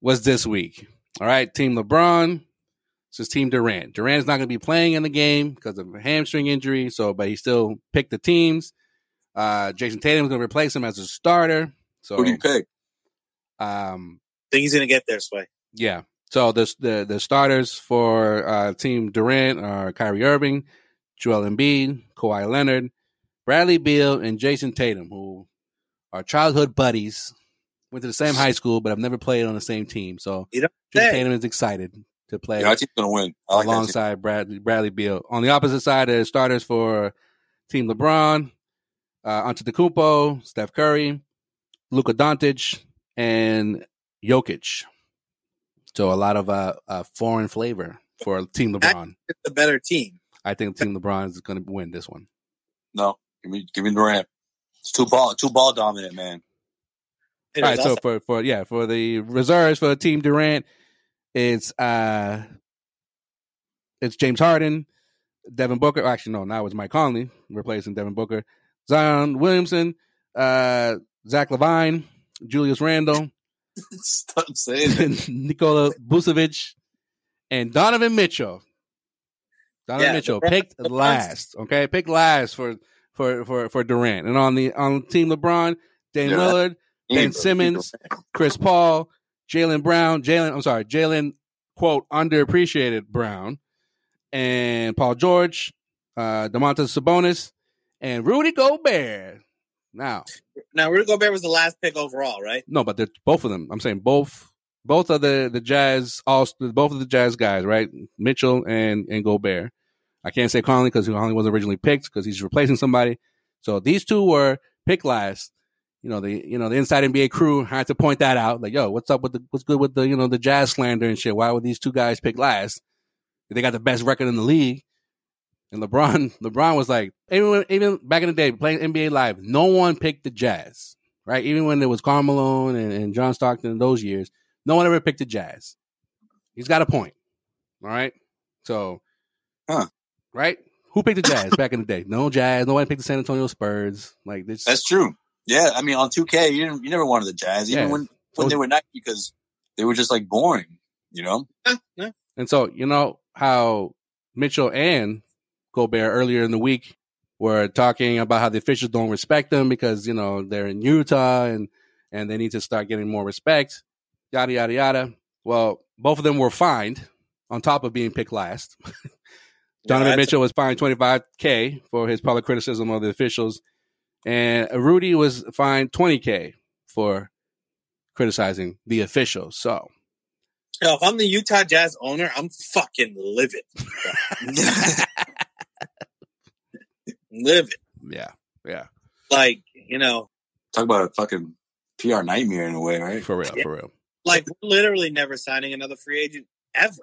Speaker 3: was this week. All right, Team LeBron. This is Team Durant. Durant's not going to be playing in the game because of a hamstring injury. So, but he still picked the teams. Uh, Jason Tatum's going to replace him as a starter. So,
Speaker 4: Who do you pick?
Speaker 3: um,
Speaker 2: Think he's gonna get there, Sway.
Speaker 3: yeah. So the the the starters for uh, Team Durant are Kyrie Irving, Joel Embiid, Kawhi Leonard, Bradley Beal, and Jason Tatum, who are childhood buddies. Went to the same high school, but have never played on the same team. So
Speaker 2: You don't
Speaker 3: Jason
Speaker 2: say.
Speaker 3: Tatum is excited to play
Speaker 4: Yeah, our team's gonna win. I like that team.
Speaker 3: alongside Bradley Bradley Beal. On the opposite side is starters for Team LeBron, uh, Antetokounmpo, Steph Curry, Luka Doncic, and Jokic. So a lot of uh, uh, foreign flavor for Team LeBron.
Speaker 2: It's the better team.
Speaker 3: I think Team LeBron is going to win this one.
Speaker 4: No, give me give me Durant. It's too ball too ball dominant, man. *laughs*
Speaker 2: It
Speaker 3: All
Speaker 2: is
Speaker 3: right, so
Speaker 2: us.
Speaker 3: for for yeah for the reserves for Team Durant, it's uh, it's James Harden, Devin Booker. oh, Actually, no, now it was Mike Conley replacing Devin Booker, Zion Williamson, uh, Zach Levine, Julius Randle, *laughs*
Speaker 4: Stop saying that.
Speaker 3: Nikola Vucevic, and Donovan Mitchell. Donovan
Speaker 2: Yeah,
Speaker 3: Mitchell
Speaker 2: LeBron-
Speaker 3: picked
Speaker 2: LeBron's-
Speaker 3: last. Okay, picked last for for for for Durant, and on the on Team LeBron, Dame
Speaker 4: Yeah.
Speaker 3: Lillard.
Speaker 4: He ain't
Speaker 3: Ben
Speaker 4: really-
Speaker 3: Simmons, Chris Paul, Jalen Brown, Jalen, I'm sorry, Jalen, quote, underappreciated Brown, and Paul George, uh, DeMontis Sabonis, and Rudy Gobert. Now,
Speaker 2: Now Rudy Gobert was the last pick overall, right?
Speaker 3: no, but they're both of them. I'm saying both, both of the, the Jazz, all, both of the Jazz guys, right? Mitchell and, and Gobert. I can't say Conley because Conley was originally picked because he's replacing somebody. So these two were picked last. You know the you know the inside NBA crew had to point that out. Like, yo, what's up with the what's good with the you know the Jazz slander and shit? Why were these two guys picked last? They got the best record in the league. And LeBron *laughs* LeBron was like, even even back in the day playing NBA live, no one picked the Jazz, right? Even when it was Carmelo and, and John Stockton in those years, no one ever picked the Jazz. He's got a point. All right, so right? Who picked the Jazz back in the day? No Jazz. Nobody picked the San Antonio Spurs. Like this.
Speaker 4: That's true. Yeah, I mean on 2K, you didn't, you never wanted the Jazz, even
Speaker 3: Yeah.
Speaker 4: when when they were nice because they were just like boring.
Speaker 3: *laughs*
Speaker 4: You know,
Speaker 2: Huh? Yeah.
Speaker 3: and so you know how Mitchell and Gobert earlier in the week were talking about how the officials don't respect them because you know they're in Utah and and they need to start getting more respect. Yada yada yada. Well, both of them were fined on top of being picked last. Donovan
Speaker 2: Yeah, that's-
Speaker 3: Mitchell was fined 25k for his public criticism of the officials, and Rudy was fined 20k for criticizing the officials. So
Speaker 2: Yo, if I'm the Utah Jazz owner, I'm fucking livid. livid.
Speaker 3: yeah, yeah,
Speaker 2: Like, you know,
Speaker 4: talk about a fucking PR nightmare in a way, right?
Speaker 3: for real, for real.
Speaker 2: like we're literally never signing another free agent ever.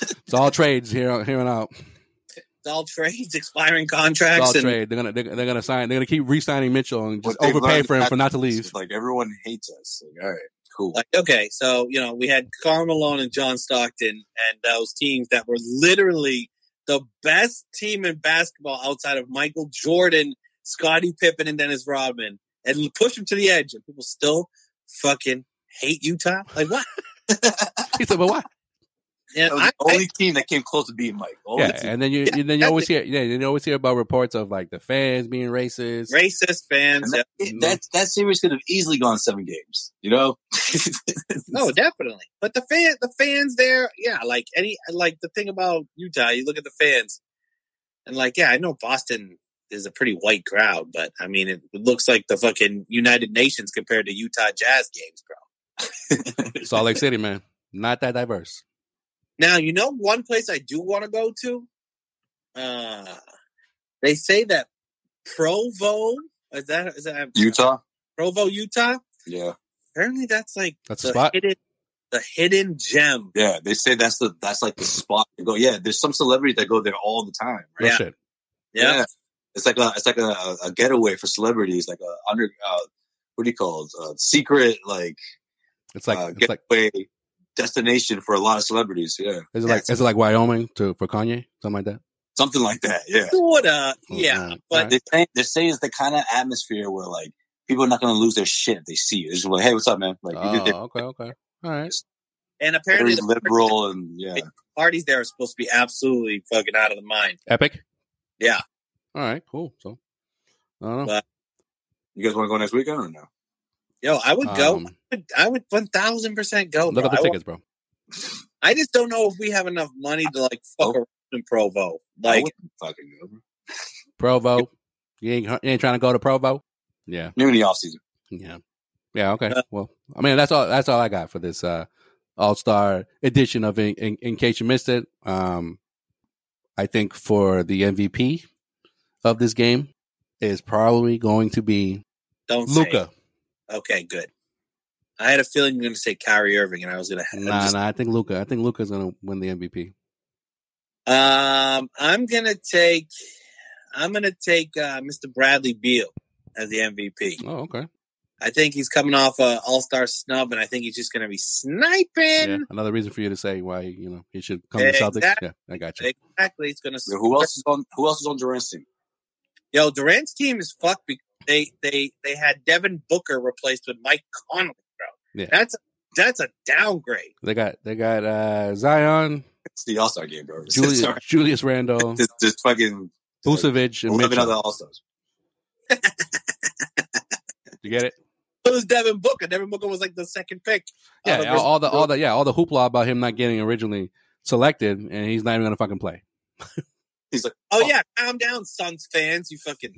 Speaker 3: It's all trades here, here and out.
Speaker 2: It's all trades, *laughs* expiring
Speaker 3: It's all
Speaker 2: contracts, and
Speaker 3: trade. They're gonna, they're, they're gonna sign. They're gonna keep re-signing Mitchell and just
Speaker 4: What they've
Speaker 3: overpay
Speaker 4: learned
Speaker 3: for him
Speaker 4: back-
Speaker 3: for not
Speaker 2: *laughs*
Speaker 3: to leave.
Speaker 4: Like everyone hates us. Like, all right, cool.
Speaker 2: like okay, so you know, we had Karl Malone and John Stockton and those teams that were literally the best team in basketball outside of Michael Jordan, Scottie Pippen, and Dennis Rodman, and push them to the edge, and people still fucking hate Utah. Like what?
Speaker 3: He said, "But why?"
Speaker 2: And
Speaker 4: That was
Speaker 2: I,
Speaker 4: the only team that came close to beating Mike. Only
Speaker 3: Yeah,
Speaker 4: team.
Speaker 3: and then you,
Speaker 2: Yeah,
Speaker 3: and then you
Speaker 2: that's
Speaker 3: always hear, yeah, you always hear about reports of like the fans being racist.
Speaker 2: racist
Speaker 4: And
Speaker 2: fans.
Speaker 4: that,
Speaker 3: Mhm.
Speaker 4: that that series could have easily gone seven games. You know, *laughs*
Speaker 2: No, definitely. But the fan, the fans there, yeah. Like any, like the thing about Utah, you look at the fans, and like, yeah, I know Boston is a pretty white crowd, but I mean, it, it looks like the fucking United Nations compared to Utah Jazz games, bro.
Speaker 3: Salt Lake City, man, not that diverse.
Speaker 2: Now you know one place I do want to go to. Uh, they say that Provo is that is that
Speaker 4: Utah.
Speaker 2: Provo, Utah?
Speaker 4: Yeah,
Speaker 2: Apparently, that's like
Speaker 3: That's a
Speaker 2: the
Speaker 3: spot.
Speaker 2: hidden, the hidden gem.
Speaker 4: yeah. They say that's the that's like the spot to go. Yeah, there's some celebrities that go there all the time. Right?
Speaker 3: No
Speaker 2: Yeah.
Speaker 3: shit.
Speaker 2: Yeah.
Speaker 4: It's like a it's like a, a getaway for celebrities, like a under uh, what do you call it? A secret like
Speaker 3: It's like,
Speaker 4: uh,
Speaker 3: it's like,
Speaker 4: getaway destination for a lot of celebrities. Yeah,
Speaker 3: is it like,
Speaker 2: that's-
Speaker 3: is it like Wyoming to for Kanye, something like that?
Speaker 4: something like that. Yeah,
Speaker 2: Sorta, yeah.
Speaker 3: Mm, mm.
Speaker 2: but
Speaker 3: All
Speaker 4: they're saying, they're saying it's the kind of atmosphere where like people are not going to lose their shit if they see you. It's just like, hey, what's up, man? Like you
Speaker 3: right.
Speaker 4: did
Speaker 3: Oh,
Speaker 2: *laughs*
Speaker 3: okay, okay, all right.
Speaker 2: And apparently,
Speaker 4: very
Speaker 2: the
Speaker 4: liberal and yeah.
Speaker 2: parties there are supposed to be absolutely fucking out of the mind.
Speaker 3: Epic.
Speaker 2: Yeah.
Speaker 3: All right. Cool. So, I don't know.
Speaker 2: But
Speaker 4: You guys want to go next weekend or no?
Speaker 2: Yo, I would go.
Speaker 3: Um,
Speaker 2: I would- I would one thousand percent go.
Speaker 3: Look
Speaker 2: bro.
Speaker 3: at the
Speaker 2: I,
Speaker 3: tickets, bro.
Speaker 2: I just don't know if we have enough money to like fuck around in Provo. Like,
Speaker 4: Oh. I wouldn't fucking go.
Speaker 3: Provo. You ain't, you ain't trying to go to Provo? Yeah.
Speaker 4: New in the off season.
Speaker 3: Yeah. Yeah. Okay. Well, I mean, that's all. That's all I got for this uh, All Star edition of. In, in, in case you missed it, um, I think for the MVP of this game is probably going to be
Speaker 2: Don't say.
Speaker 3: Luca.
Speaker 2: Okay, good. I had a feeling you were going to say Kyrie Irving, and I was going to.
Speaker 3: Nah, nah. I think Luca. I think Luca's gonna win the MVP.
Speaker 2: Um, I'm gonna take, I'm gonna take uh, Mr. Bradley Beal as the MVP.
Speaker 3: Oh, okay.
Speaker 2: I think he's coming off a All Star snub, and I think he's just gonna be sniping.
Speaker 3: Yeah. Another reason for you to say why you know he should come to Celtics.
Speaker 2: Exactly.
Speaker 3: Yeah, I got you.
Speaker 2: Exactly, he's gonna.
Speaker 4: Who else is on? Who else is on Durant's team?
Speaker 2: Yo, Durant's team is fucked. Because they they they had Devin Booker replaced with Mike Conley, bro.
Speaker 3: Yeah.
Speaker 2: That's that's a downgrade.
Speaker 3: They got they got uh, Zion,
Speaker 4: It's the All Star game, bro. *laughs*
Speaker 3: Julius,
Speaker 4: Sorry.
Speaker 3: Julius Randle,
Speaker 4: Just, just fucking
Speaker 3: Vucevic, and
Speaker 4: eleven other
Speaker 3: Mitchell.
Speaker 4: All Stars.
Speaker 3: You get it?
Speaker 2: It was Devin Booker. Devin Booker was like the second pick.
Speaker 3: Yeah.
Speaker 2: Out of
Speaker 3: all, all the all the yeah all the hoopla about him not getting originally selected, and he's not even gonna fucking play.
Speaker 2: Oh yeah, calm down, Suns fans. You
Speaker 3: *laughs*
Speaker 2: fucking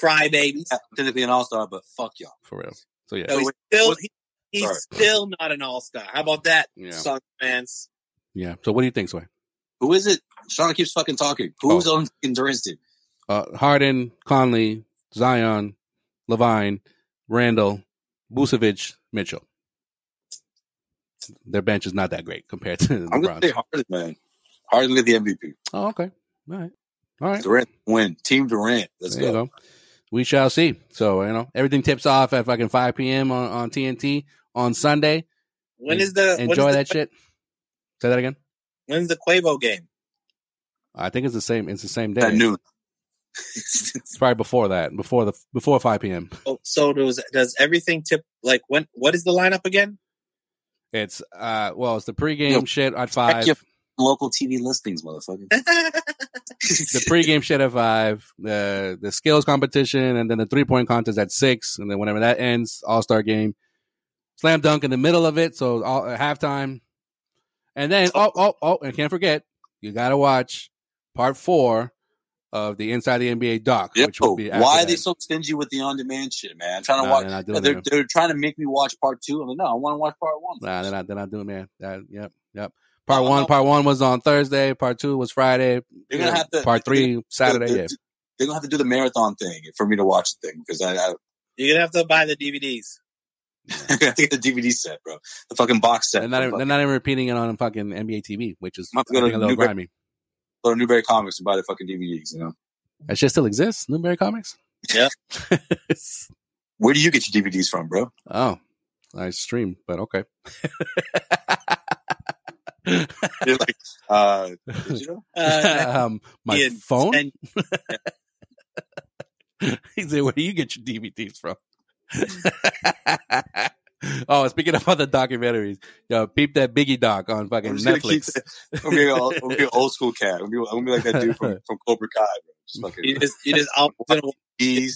Speaker 2: crybabies.
Speaker 4: Technically an All Star, but fuck y'all.
Speaker 3: For real. So yeah.
Speaker 2: No, he's
Speaker 4: what-
Speaker 2: still
Speaker 4: what-
Speaker 2: he, he's
Speaker 4: sorry.
Speaker 2: still not an all star. How about that,
Speaker 3: Yeah.
Speaker 2: Suns fans?
Speaker 3: Yeah. So what do you think, Sway?
Speaker 4: Who is it? Sean keeps fucking talking.
Speaker 3: Oh.
Speaker 4: Who's on fucking Durant's team?
Speaker 3: Uh, Harden, Conley, Zion, Levine, Randall, Vucevic, Mitchell. Their bench is not that great compared to the
Speaker 4: I'm gonna
Speaker 3: LeBron's.
Speaker 4: say Harden, man. Harden get the MVP.
Speaker 3: Oh, okay. All right. All right.
Speaker 4: Durant win. Team Durant. Let's
Speaker 3: There you
Speaker 4: go.
Speaker 3: go. We shall see. So, you know, everything tips off at fucking 5 p.m. on, on TNT on Sunday.
Speaker 2: When
Speaker 3: En-
Speaker 2: is
Speaker 4: *laughs*
Speaker 2: the when is
Speaker 3: Enjoy
Speaker 2: the-
Speaker 3: that shit. Say that again.
Speaker 2: When's the Quavo game?
Speaker 3: I think it's the same. It's the same day.
Speaker 4: At noon.
Speaker 3: It's probably before that. Before the before 5 p.m.
Speaker 2: Oh, so does does everything tip? Like when? What is the lineup again? *laughs*
Speaker 3: It's uh well, it's the pregame
Speaker 4: Yo,
Speaker 3: shit at five.
Speaker 4: your- Local TV listings, motherfucker. *laughs*
Speaker 3: the pregame shit at five, the the skills competition, and then the three point contest at six, and then whenever that ends, All Star game, slam dunk in the middle of it, so all at halftime, and then oh oh oh, and can't forget, you gotta watch part four of the Inside the NBA doc,
Speaker 4: Yo,
Speaker 3: which will be after
Speaker 4: why are they
Speaker 3: that.
Speaker 4: so stingy with the on-demand shit, man? I'm trying to
Speaker 3: Nah,
Speaker 4: watch.
Speaker 3: they're not
Speaker 4: They're,
Speaker 3: doing
Speaker 4: they're,
Speaker 3: it.
Speaker 4: trying to make me watch part two. I'm like, no, I want to watch part one.
Speaker 3: Nah, they're not. They're not doing man. That, yep, yep.
Speaker 4: Oh,
Speaker 3: Part
Speaker 4: no.
Speaker 3: one, part one was on Thursday. Part two was Friday.
Speaker 4: They're gonna have to-
Speaker 3: part
Speaker 4: they're gonna- *laughs*
Speaker 3: three Saturday.
Speaker 4: They're,
Speaker 3: yeah.
Speaker 4: they're gonna have to do the marathon thing for me to watch the thing because I, I,
Speaker 2: You're gonna have to buy the DVDs.
Speaker 4: *laughs* I have to get the DVD set, bro. The fucking box set.
Speaker 3: They're not,
Speaker 4: I'm
Speaker 3: even- they're
Speaker 4: fucking-
Speaker 3: not even repeating it on fucking NBA TV, which is
Speaker 4: I'm about to go
Speaker 3: I
Speaker 4: to
Speaker 3: think, a little
Speaker 4: Newberry-
Speaker 3: grimy.
Speaker 4: go to Newberry Comics and buy the fucking DVDs. You know,
Speaker 3: That shit still exists, Newberry Comics?
Speaker 2: Yeah.
Speaker 4: where do you get your DVDs from, bro?
Speaker 3: *laughs*
Speaker 4: *laughs*
Speaker 3: oh, I stream, but okay.
Speaker 4: You're like,
Speaker 3: *laughs*
Speaker 4: uh, did you know?
Speaker 2: Uh,
Speaker 3: um, my
Speaker 2: Ian,
Speaker 3: phone?
Speaker 2: and-
Speaker 3: *laughs* he said, where do you get your DVDs from? *laughs* oh, speaking of other documentaries, yo, peep that Biggie doc on fucking
Speaker 4: I'm just gonna keep
Speaker 3: Netflix.
Speaker 4: that. I'm gonna be, all, I'm gonna be an old school cat. I'm gonna be, I'm gonna be like that dude
Speaker 3: *laughs*
Speaker 4: from, from Cobra Kai. Bro. Just
Speaker 2: you
Speaker 4: *laughs* fucking
Speaker 2: just you just all-
Speaker 4: DVDs.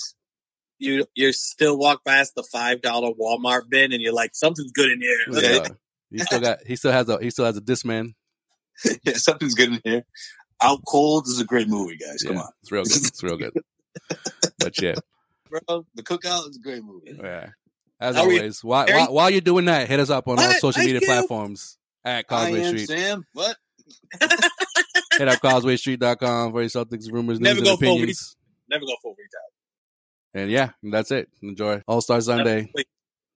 Speaker 2: you you still walk past the five dollar Walmart bin and you're like something's good in here.
Speaker 3: Yeah. he still got, he still has a, he still has a Discman.
Speaker 4: *laughs* Yeah, something's good in here. Out Cold is a great movie, guys. Come
Speaker 3: Yeah,
Speaker 4: on,
Speaker 3: it's real good. It's real
Speaker 2: *laughs*
Speaker 3: good. but yeah,
Speaker 4: bro. The Cookout is a great movie.
Speaker 3: Yeah. As
Speaker 2: Are we-
Speaker 3: always, while,
Speaker 2: Are
Speaker 3: while, while you're doing that, hit us up on all
Speaker 2: What?
Speaker 3: social
Speaker 2: Thank
Speaker 3: media
Speaker 2: you.
Speaker 3: platforms at Causeway
Speaker 4: I am
Speaker 3: Street.
Speaker 4: Sam. What?
Speaker 3: hit up causewaystreet.com for your Celtics rumors,
Speaker 2: Never
Speaker 3: news, and
Speaker 2: go full
Speaker 3: opinions.
Speaker 2: *laughs* Never go full retail.
Speaker 3: And yeah, that's it. Enjoy All Star Sunday.
Speaker 2: Wait,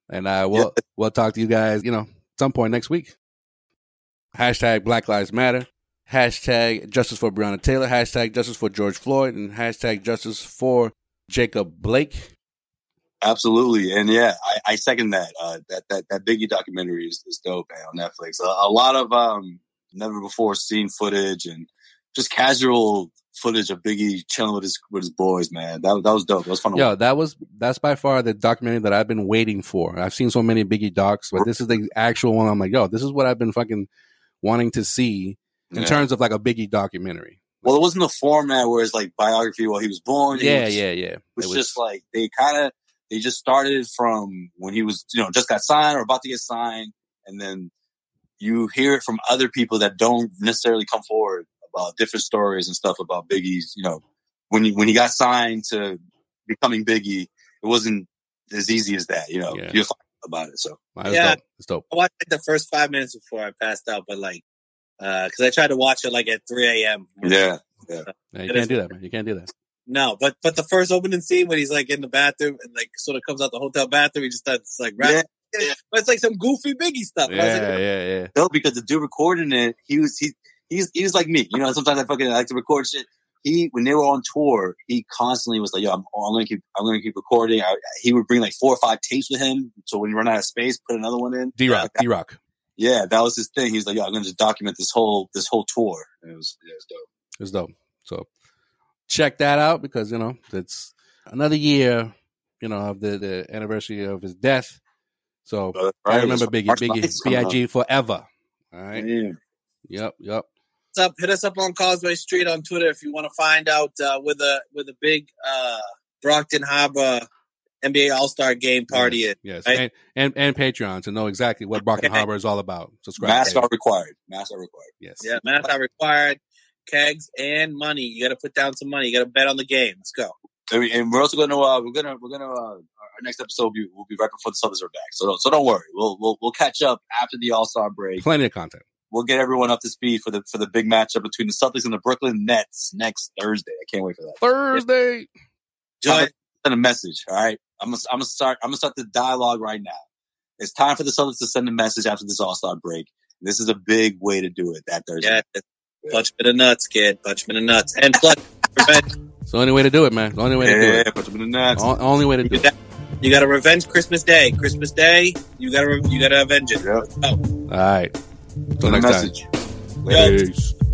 Speaker 3: And uh, we'll, we'll talk to you guys, you know, at some point next week. Hashtag Black Lives Matter. Hashtag Justice for Breonna Taylor. Hashtag Justice for George Floyd. And hashtag Justice for Jacob Blake.
Speaker 4: Absolutely, and yeah, I, I second that. Uh, that that that Biggie documentary is, is dope man, on Netflix. A, a lot of um, never before seen footage and just casual footage of Biggie chilling with his with his boys. Man, that that was dope. That was fun. to
Speaker 3: Yo,
Speaker 4: watch.
Speaker 3: that was that's by far the documentary that I've been waiting for. I've seen so many Biggie docs, but this is the actual one. I'm like, yo, this is what I've been fucking wanting to see in
Speaker 4: Yeah.
Speaker 3: terms of like a Biggie documentary.
Speaker 4: Well, it wasn't a format where it's like biography while he was born. It
Speaker 3: Yeah,
Speaker 4: was-
Speaker 3: yeah, yeah. It
Speaker 4: It was just like they kind of they just started from when he was you know just got signed or about to get signed, and then you hear it from other people that don't necessarily come forward about different stories and stuff about Biggie's. You know, when he, when he got signed to becoming Biggie, it wasn't as easy as that. You know,
Speaker 3: Yeah.
Speaker 4: you're fine about it. So
Speaker 3: Wow, that's
Speaker 2: Yeah.
Speaker 3: dope. That's dope.
Speaker 2: I watched like the first five minutes before I passed out, but like, uh, because I tried to watch it like at 3 a.m.
Speaker 4: yeah,
Speaker 3: Yeah, you
Speaker 2: That is-
Speaker 3: can't do that, man. You can't do that.
Speaker 2: No, but but the first opening scene when he's like in the bathroom and like sort of comes out the hotel bathroom, he just starts like rapping. But it's like some goofy Biggie stuff. And I was like,
Speaker 3: Yeah, yeah, yeah.
Speaker 4: no, because the dude recording it, he was he he's he was like me. You know, sometimes I fucking like to record shit. He when they were on tour, he constantly was like, "Yo, I'm, I'm gonna keep I'm gonna keep recording." I, he would bring like four or five tapes with him, so when you run out of space, put another one in.
Speaker 3: D Rock, D Rock.
Speaker 4: Yeah, that was his thing. He was like, "Yo, I'm gonna just document this whole this whole tour." And it was, yeah, it
Speaker 3: It's
Speaker 4: was dope.
Speaker 3: dope. So check that out because you know it's another year, you know, of the, the anniversary of his death. So
Speaker 4: But-
Speaker 3: I remember
Speaker 4: Right,
Speaker 3: Biggie,
Speaker 4: it was
Speaker 3: Biggie,
Speaker 4: March ninth.
Speaker 3: B.I.G. forever. All right.
Speaker 4: *laughs* Yeah.
Speaker 3: Yep. Yep.
Speaker 2: hit us up, hit us up on Causeway Street on Twitter if you want to find out uh, with a with a big uh, Brockton Harbor NBA All Star Game party is.
Speaker 3: Yes.
Speaker 2: I-
Speaker 3: and, and and Patreon to know exactly what Brockton Harbor is all about. Subscribe.
Speaker 4: Masks
Speaker 3: baby.
Speaker 4: are required. Masks are required.
Speaker 3: Yes.
Speaker 2: Yeah, math are required. Kegs and money. You got to put down some money. You got to bet on the game. Let's go.
Speaker 4: And, we, and we're also gonna uh, we're gonna we're gonna uh, our next episode will be, will be right before the Suns are back. So don't, so don't worry. We'll we'll we'll catch up after the All Star break.
Speaker 3: Plenty of content.
Speaker 4: We'll get everyone up to speed for the for the big matchup between the Celtics and the Brooklyn Nets next Thursday. I can't wait for that.
Speaker 3: Thursday.
Speaker 2: Join.
Speaker 4: Send a message. All right. I'm gonna I'm gonna start I'm gonna start the dialogue right now. It's time for the Celtics to send a message after this All Star break. This is a big way to do it that Thursday.
Speaker 2: Yeah, bunch bit of nuts, kid. Bunch bit of nuts. And plus, revenge.
Speaker 3: It's the only way to do it, man. The only way to do
Speaker 4: yeah
Speaker 3: it.
Speaker 4: put them in the Nets.
Speaker 3: O- only way to do it.
Speaker 2: You got to revenge Christmas Day. Christmas Day. You got to. You got to avenge it.
Speaker 4: Yeah.
Speaker 3: All right. Till
Speaker 4: Send a
Speaker 3: next time.
Speaker 4: message.
Speaker 2: Yo.
Speaker 3: Peace.